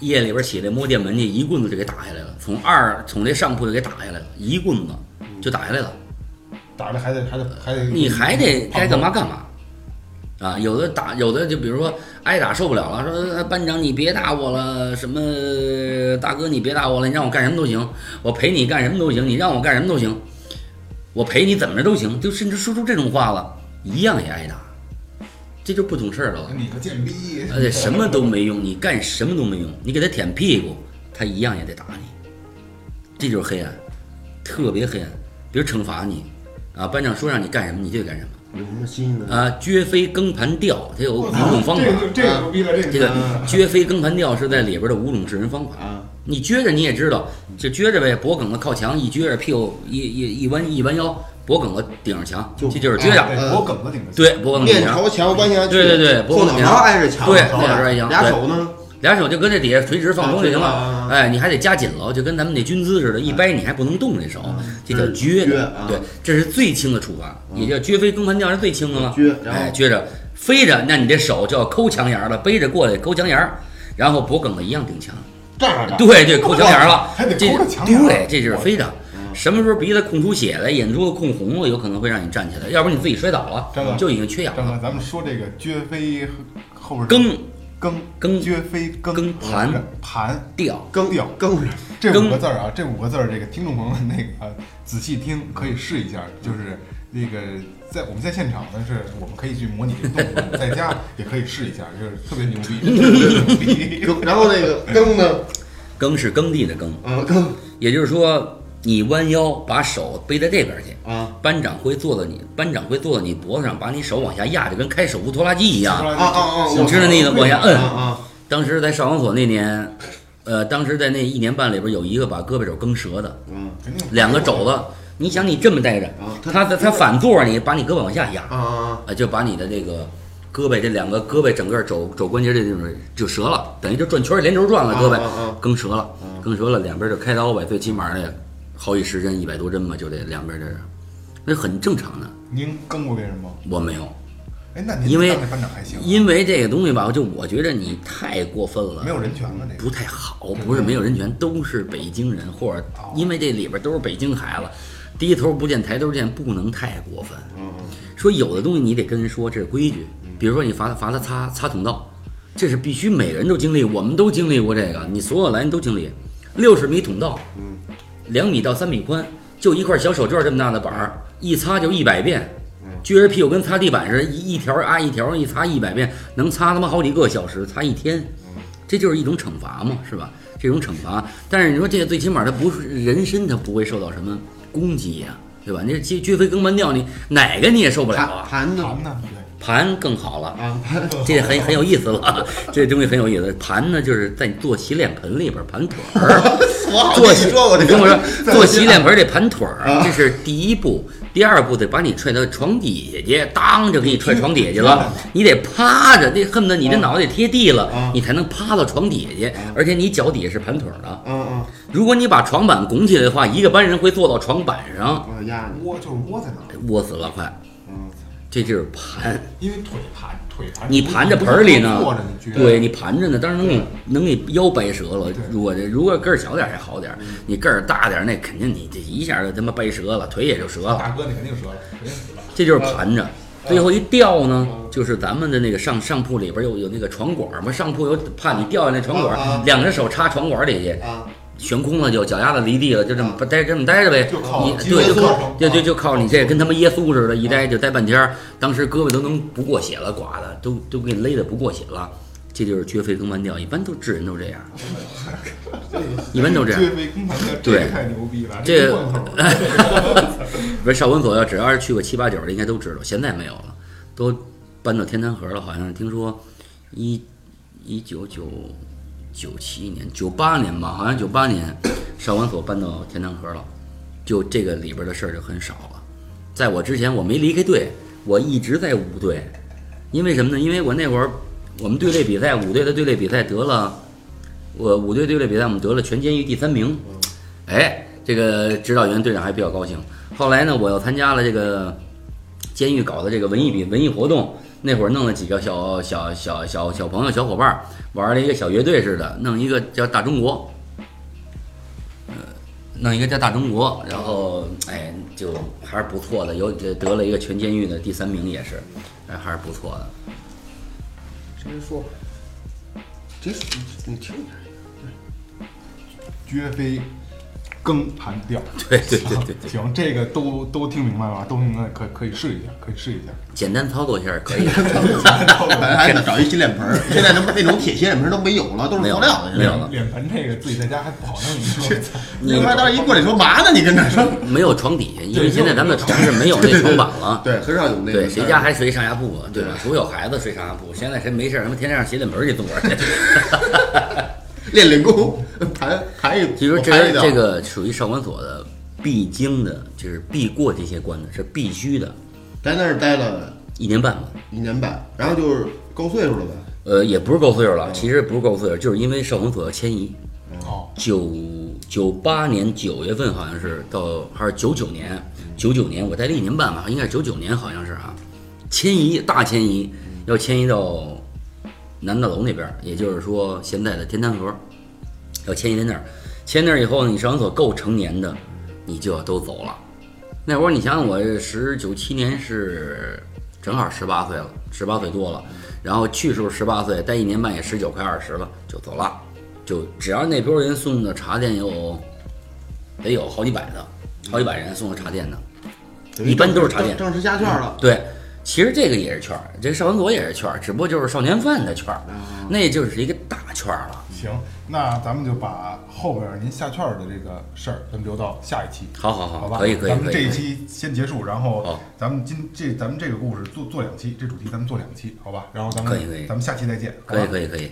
[SPEAKER 4] 夜里边起来摸电门去，一棍子就给打下来了，从二从这上铺就给打下来了，一棍子就打下来了。
[SPEAKER 2] 打着还得还得还得，
[SPEAKER 4] 你还
[SPEAKER 2] 嗯
[SPEAKER 4] 得该干嘛干嘛。啊，有的打，有的就比如说挨打受不了了，说呃班长你别打我了，什么大哥你别打我了，你让我干什么都行，我陪你干什么都行，你让我干什么都行，我陪你怎么着都行，就甚至说出这种话了，一样也挨打，这就不懂事儿了。
[SPEAKER 2] 你个贱逼！
[SPEAKER 4] 而且呃 什么都没用，你干什么都没用，你给他舔屁股，他一样也得打你，这就是黑暗，特别黑暗。比如惩罚你，啊，班长说让你干什么，你就得干什么。
[SPEAKER 3] 有什么新的？
[SPEAKER 4] 啊，撅飞更盘吊，它有五种方法
[SPEAKER 2] 这。个就这个牛逼了，这
[SPEAKER 4] 这
[SPEAKER 2] 个
[SPEAKER 4] 个撅飞更盘吊是在里边的五种治人方法。
[SPEAKER 3] 啊，
[SPEAKER 4] 你撅着你也知道，就撅着呗，脖梗子靠墙一撅着，屁股一一一弯一弯腰，脖梗子顶着墙，这
[SPEAKER 3] 就
[SPEAKER 4] 就是撅着。
[SPEAKER 2] 哎
[SPEAKER 3] 嗯
[SPEAKER 2] 对脖梗子顶着，
[SPEAKER 4] 对，脖梗子顶
[SPEAKER 3] 面
[SPEAKER 4] 着墙
[SPEAKER 3] 朝，墙，弯下去，
[SPEAKER 4] 对对对脖
[SPEAKER 3] 后
[SPEAKER 4] 子
[SPEAKER 3] 脑
[SPEAKER 4] 顶
[SPEAKER 3] 勺挨着墙，
[SPEAKER 4] 对
[SPEAKER 3] 朝
[SPEAKER 4] 后脑勺挨
[SPEAKER 3] 着
[SPEAKER 4] 墙
[SPEAKER 3] 俩
[SPEAKER 4] 对
[SPEAKER 3] 手呢？
[SPEAKER 4] 俩手就跟这底下垂直放松就行了。
[SPEAKER 3] 啊
[SPEAKER 4] 哎，你还得夹紧喽，就跟咱们那军姿似的，一掰你还不能动这手，
[SPEAKER 2] 嗯
[SPEAKER 4] 这叫撅。
[SPEAKER 3] 撅啊
[SPEAKER 4] 对，这是最轻的处罚，也叫撅飞更盘吊是最轻的了。
[SPEAKER 3] 撅然后
[SPEAKER 4] 哎，撅着飞着，那你这手就要抠墙沿儿了，背着过来抠墙沿儿，然后脖梗子一样顶墙。
[SPEAKER 3] 这样的，
[SPEAKER 4] 对对，抠墙沿儿了，
[SPEAKER 2] 还得
[SPEAKER 4] 这
[SPEAKER 2] 啊抠着墙沿儿
[SPEAKER 4] 对，这就是飞着。什么时候鼻子空出血来，眼珠子空红了，有可能会让你站起来，要不然你自己摔倒
[SPEAKER 2] 真的
[SPEAKER 4] 了，就已经缺氧
[SPEAKER 2] 张哥，
[SPEAKER 4] 了。
[SPEAKER 2] 咱们说这个撅飞后边
[SPEAKER 4] 更
[SPEAKER 2] 更
[SPEAKER 4] 更啊
[SPEAKER 2] 撅飞更
[SPEAKER 4] 更盘
[SPEAKER 2] 盘
[SPEAKER 4] 吊，
[SPEAKER 2] 更掉
[SPEAKER 3] 更是
[SPEAKER 2] 这
[SPEAKER 4] 更
[SPEAKER 2] 五个字儿啊，这五个字儿，这个听众朋友们那个呃仔细听，可以试一下，就是那个在我们在现场呢，是我们可以去模拟这个动作，在家也可以试一下，就是特别牛逼，特别牛 逼。
[SPEAKER 3] 更，然后那个更呢，
[SPEAKER 4] 耕是耕地的耕，
[SPEAKER 3] 啊更
[SPEAKER 4] 也就是说，你弯腰把手背在这边去，
[SPEAKER 3] 啊
[SPEAKER 4] 班长会坐到你，班长会坐到你脖子上，把你手往下压，就跟开手扶拖拉机一
[SPEAKER 2] 啊
[SPEAKER 4] 样。
[SPEAKER 3] 啊啊啊！
[SPEAKER 4] 你知道那个往下
[SPEAKER 3] 啊
[SPEAKER 4] 摁。
[SPEAKER 3] 啊，
[SPEAKER 4] 当时在少管所那年，呃，当时在那一年半里边，有一个把胳膊肘蹬折的，
[SPEAKER 3] 嗯
[SPEAKER 2] 肯定
[SPEAKER 4] 两个肘子。你想你这么待着
[SPEAKER 3] 啊，他
[SPEAKER 4] 他他他反坐着你，把你胳膊往下压，
[SPEAKER 3] 啊啊
[SPEAKER 4] 啊，就把你的这个胳膊这两个胳膊整个肘肘关节这地方就折了，等于就转圈儿连轴转了，
[SPEAKER 3] 啊
[SPEAKER 4] 胳膊
[SPEAKER 3] 啊啊
[SPEAKER 4] 更折了，更折了，两边就开刀呗，最起码得好几十针，一百多针吧，就得两边这是，那很正常的。
[SPEAKER 2] 您跟过别人吗？
[SPEAKER 4] 我没有，
[SPEAKER 2] 哎，那您
[SPEAKER 4] 因为
[SPEAKER 2] 当那班长还行，啊
[SPEAKER 4] 因为这个东西吧，就我觉得你太过分了，
[SPEAKER 2] 没有人权了这个。
[SPEAKER 4] 不太好，不是没有人权，都是北京人，或者
[SPEAKER 2] 哦
[SPEAKER 4] 因为这里边都是北京孩子，低头不见抬头见，不能太过分。说有的东西你得跟人说，这是规矩。
[SPEAKER 2] 嗯
[SPEAKER 4] 比如说你罚他罚他擦擦通道，这是必须每个人都经历，我们都经历过这个，你所有来人都经历。六十米通道，两米到三米宽，就一块小手绢这么大的板儿，一擦就一百遍。撅着屁股跟擦地板似的，一一条啊一条，一擦一百遍，能擦他妈好几个小时，擦一天。这就是一种惩罚嘛，是吧？这种惩罚，但是你说这个最起码它不是人身，它不会受到什么攻击呀、对吧？你这撅撅飞更盘吊，你哪个你也受不了
[SPEAKER 3] 盘
[SPEAKER 4] 啊。
[SPEAKER 3] 盘呢
[SPEAKER 2] 谈呢？对，
[SPEAKER 4] 盘更好了，
[SPEAKER 3] 啊盘
[SPEAKER 4] 这很很有意思了， 这东西很有意思。盘呢，就是在你做洗脸盆里边盘腿儿。
[SPEAKER 3] 我好
[SPEAKER 4] 做
[SPEAKER 3] 像
[SPEAKER 4] 洗
[SPEAKER 3] 听说过这
[SPEAKER 4] 你
[SPEAKER 3] 个，
[SPEAKER 4] 听 我说，做洗脸盆儿得盘腿儿，
[SPEAKER 2] 啊
[SPEAKER 4] 这是第一步。第二步得把你踹到床底下去，当就给你踹床底下去了。
[SPEAKER 2] 嗯
[SPEAKER 4] 你得趴着，那恨不得你这脑袋得贴地了
[SPEAKER 3] 啊，
[SPEAKER 4] 你才能趴到床底下去。
[SPEAKER 2] 嗯
[SPEAKER 4] 而且你脚底下是盘腿儿的。
[SPEAKER 3] 嗯
[SPEAKER 4] 如果你把床板拱起来的话，一个班人会坐到床板上，
[SPEAKER 3] 嗯，我压你，
[SPEAKER 2] 窝就是窝在哪儿？
[SPEAKER 4] 窝死了快。
[SPEAKER 3] 嗯，
[SPEAKER 4] 这就是盘，
[SPEAKER 2] 因为腿盘腿盘，
[SPEAKER 4] 你盘着盆儿里呢
[SPEAKER 2] 坐着你撅，，
[SPEAKER 4] 对你盘着呢，当然能给能给腰掰折了。如果这如果个儿小点儿还好点儿，
[SPEAKER 2] 嗯
[SPEAKER 4] 你个儿大点儿那肯定你这一下就他妈掰折了，腿也就折了。
[SPEAKER 2] 大哥你肯定折了，肯定死了。
[SPEAKER 4] 这就是盘
[SPEAKER 2] 啊
[SPEAKER 4] 着。最后一吊呢，就是咱们的那个上上铺里边有有那个床管嘛，上铺有怕你掉下那床管，
[SPEAKER 3] 啊啊
[SPEAKER 4] 两只手插床管里去，
[SPEAKER 3] 啊
[SPEAKER 4] 悬空了就脚丫子离地了，就这么待这么待着呗。
[SPEAKER 2] 啊就靠
[SPEAKER 4] 你
[SPEAKER 2] 脊
[SPEAKER 4] 对，
[SPEAKER 3] 椎
[SPEAKER 4] 就
[SPEAKER 3] 侧
[SPEAKER 4] 靠
[SPEAKER 2] 重
[SPEAKER 4] 就就
[SPEAKER 2] 啊
[SPEAKER 4] 就靠你这跟他们耶稣似的，一待就待半天儿，当时胳膊都能不过血了，刮的都都给勒的不过血了。这就是绝非更换吊，一般都治人都这 样，一般都这样。
[SPEAKER 2] 撅飞更盘吊，这
[SPEAKER 4] 对
[SPEAKER 2] 个太牛逼了，
[SPEAKER 4] 这
[SPEAKER 2] 个
[SPEAKER 4] 个
[SPEAKER 2] 罐头。
[SPEAKER 4] 不是少管所要只要是去过七八九的，应该都知道。现在没有了，都搬到天坛河了。好像听说一一九九九七年、九八年吧，好像九八年少管所搬到天坛河了，就这个里边的事儿就很少了。在我之前，我没离开队，我一直在五队，因为什么呢？因为我那会儿我们队类比赛，五队的队类比赛得了我五队队列比赛我们得了全监狱第三名，哎，这个指导员队长还比较高兴。后来呢，我又参加了这个监狱搞的这个文艺比文艺活动，那会儿弄了几个小小小小小朋友小伙伴儿玩了一个小乐队似的，弄一个叫大中国，呃，弄一个叫大中国，然后哎就还是不错的，有得了一个全监狱的第三名也是，哎还是不错的。
[SPEAKER 3] 直接说吧，直接说你听一下。
[SPEAKER 2] 绝非更盘调。
[SPEAKER 4] 对对 对对对，
[SPEAKER 2] 行，这个都都听明白了吧？啊都明白，可可以试一下，可以试 一下。
[SPEAKER 4] 简单操作一下儿可以的。
[SPEAKER 3] 本来还得找一洗脸盆儿，现在那不那种铁洗脸盆儿都没有了，都是塑料的。现
[SPEAKER 4] 没
[SPEAKER 3] 在
[SPEAKER 4] 有了
[SPEAKER 2] 脸盆这个自己在家还不好弄，你 说
[SPEAKER 3] 你他妈当时一过来说嘛呢？你跟他说，
[SPEAKER 4] 没有床底下，因为现在咱们的床是没有那床板了。
[SPEAKER 3] 对，很少有那
[SPEAKER 4] 对，
[SPEAKER 3] 个。
[SPEAKER 4] 谁家还睡上下铺啊？对吧？除非有孩子睡上下铺，现在谁没事儿他妈天天上洗脸盆儿去坐着去。
[SPEAKER 3] 练练功，盘盘一，
[SPEAKER 4] 其实
[SPEAKER 3] 我
[SPEAKER 4] 这
[SPEAKER 3] 盘一道
[SPEAKER 4] 这个属于少管所的必经的，就是必过这些关的，是必须的，
[SPEAKER 3] 在那儿待了
[SPEAKER 4] 一年半吧。
[SPEAKER 3] 一年半，然后就是够岁数了呗。
[SPEAKER 4] 呃，也不是够岁数了，其实不是够岁数，就是因为少管所要迁移，
[SPEAKER 2] 哦，
[SPEAKER 4] 九九八年九月份好像是到还是九九年，九九年我待了一年半吧，应该是九九年好像是啊，迁移大迁移要迁移到南大楼那边儿，也就是说现在的天坛河，要迁移到那儿，迁那儿以后呢，你上所够成年的，你就要都走了。那会儿你想想，我十九七年是正好十八岁了，十八岁多了，然后去时候十八岁，待一年半也十九快二十了，就走了。就只要那波人送的茶店有，得有好几百的，好几百人送的茶店的，一般都是茶嗯店。
[SPEAKER 3] 正式加券了。
[SPEAKER 4] 对，其实这个也是圈儿，这少管所也是圈儿，只不过就是少年犯的圈儿，
[SPEAKER 2] 哦
[SPEAKER 4] 那就是一个大圈儿了。
[SPEAKER 2] 行，那咱们就把后边儿您下券儿的这个事儿，咱们留到下一期。
[SPEAKER 4] 好好好
[SPEAKER 2] 吧，
[SPEAKER 4] 可以可以
[SPEAKER 2] 咱们
[SPEAKER 4] 可以
[SPEAKER 2] 这一
[SPEAKER 4] 可以
[SPEAKER 2] 期先结束，然后
[SPEAKER 4] 好
[SPEAKER 2] 咱们今这咱们这个故事做做两期，这主题咱们做两期，好吧？然后咱
[SPEAKER 4] 可以可以
[SPEAKER 2] 们咱们下期再见，好
[SPEAKER 4] 可以
[SPEAKER 2] 吧
[SPEAKER 4] 可以可以，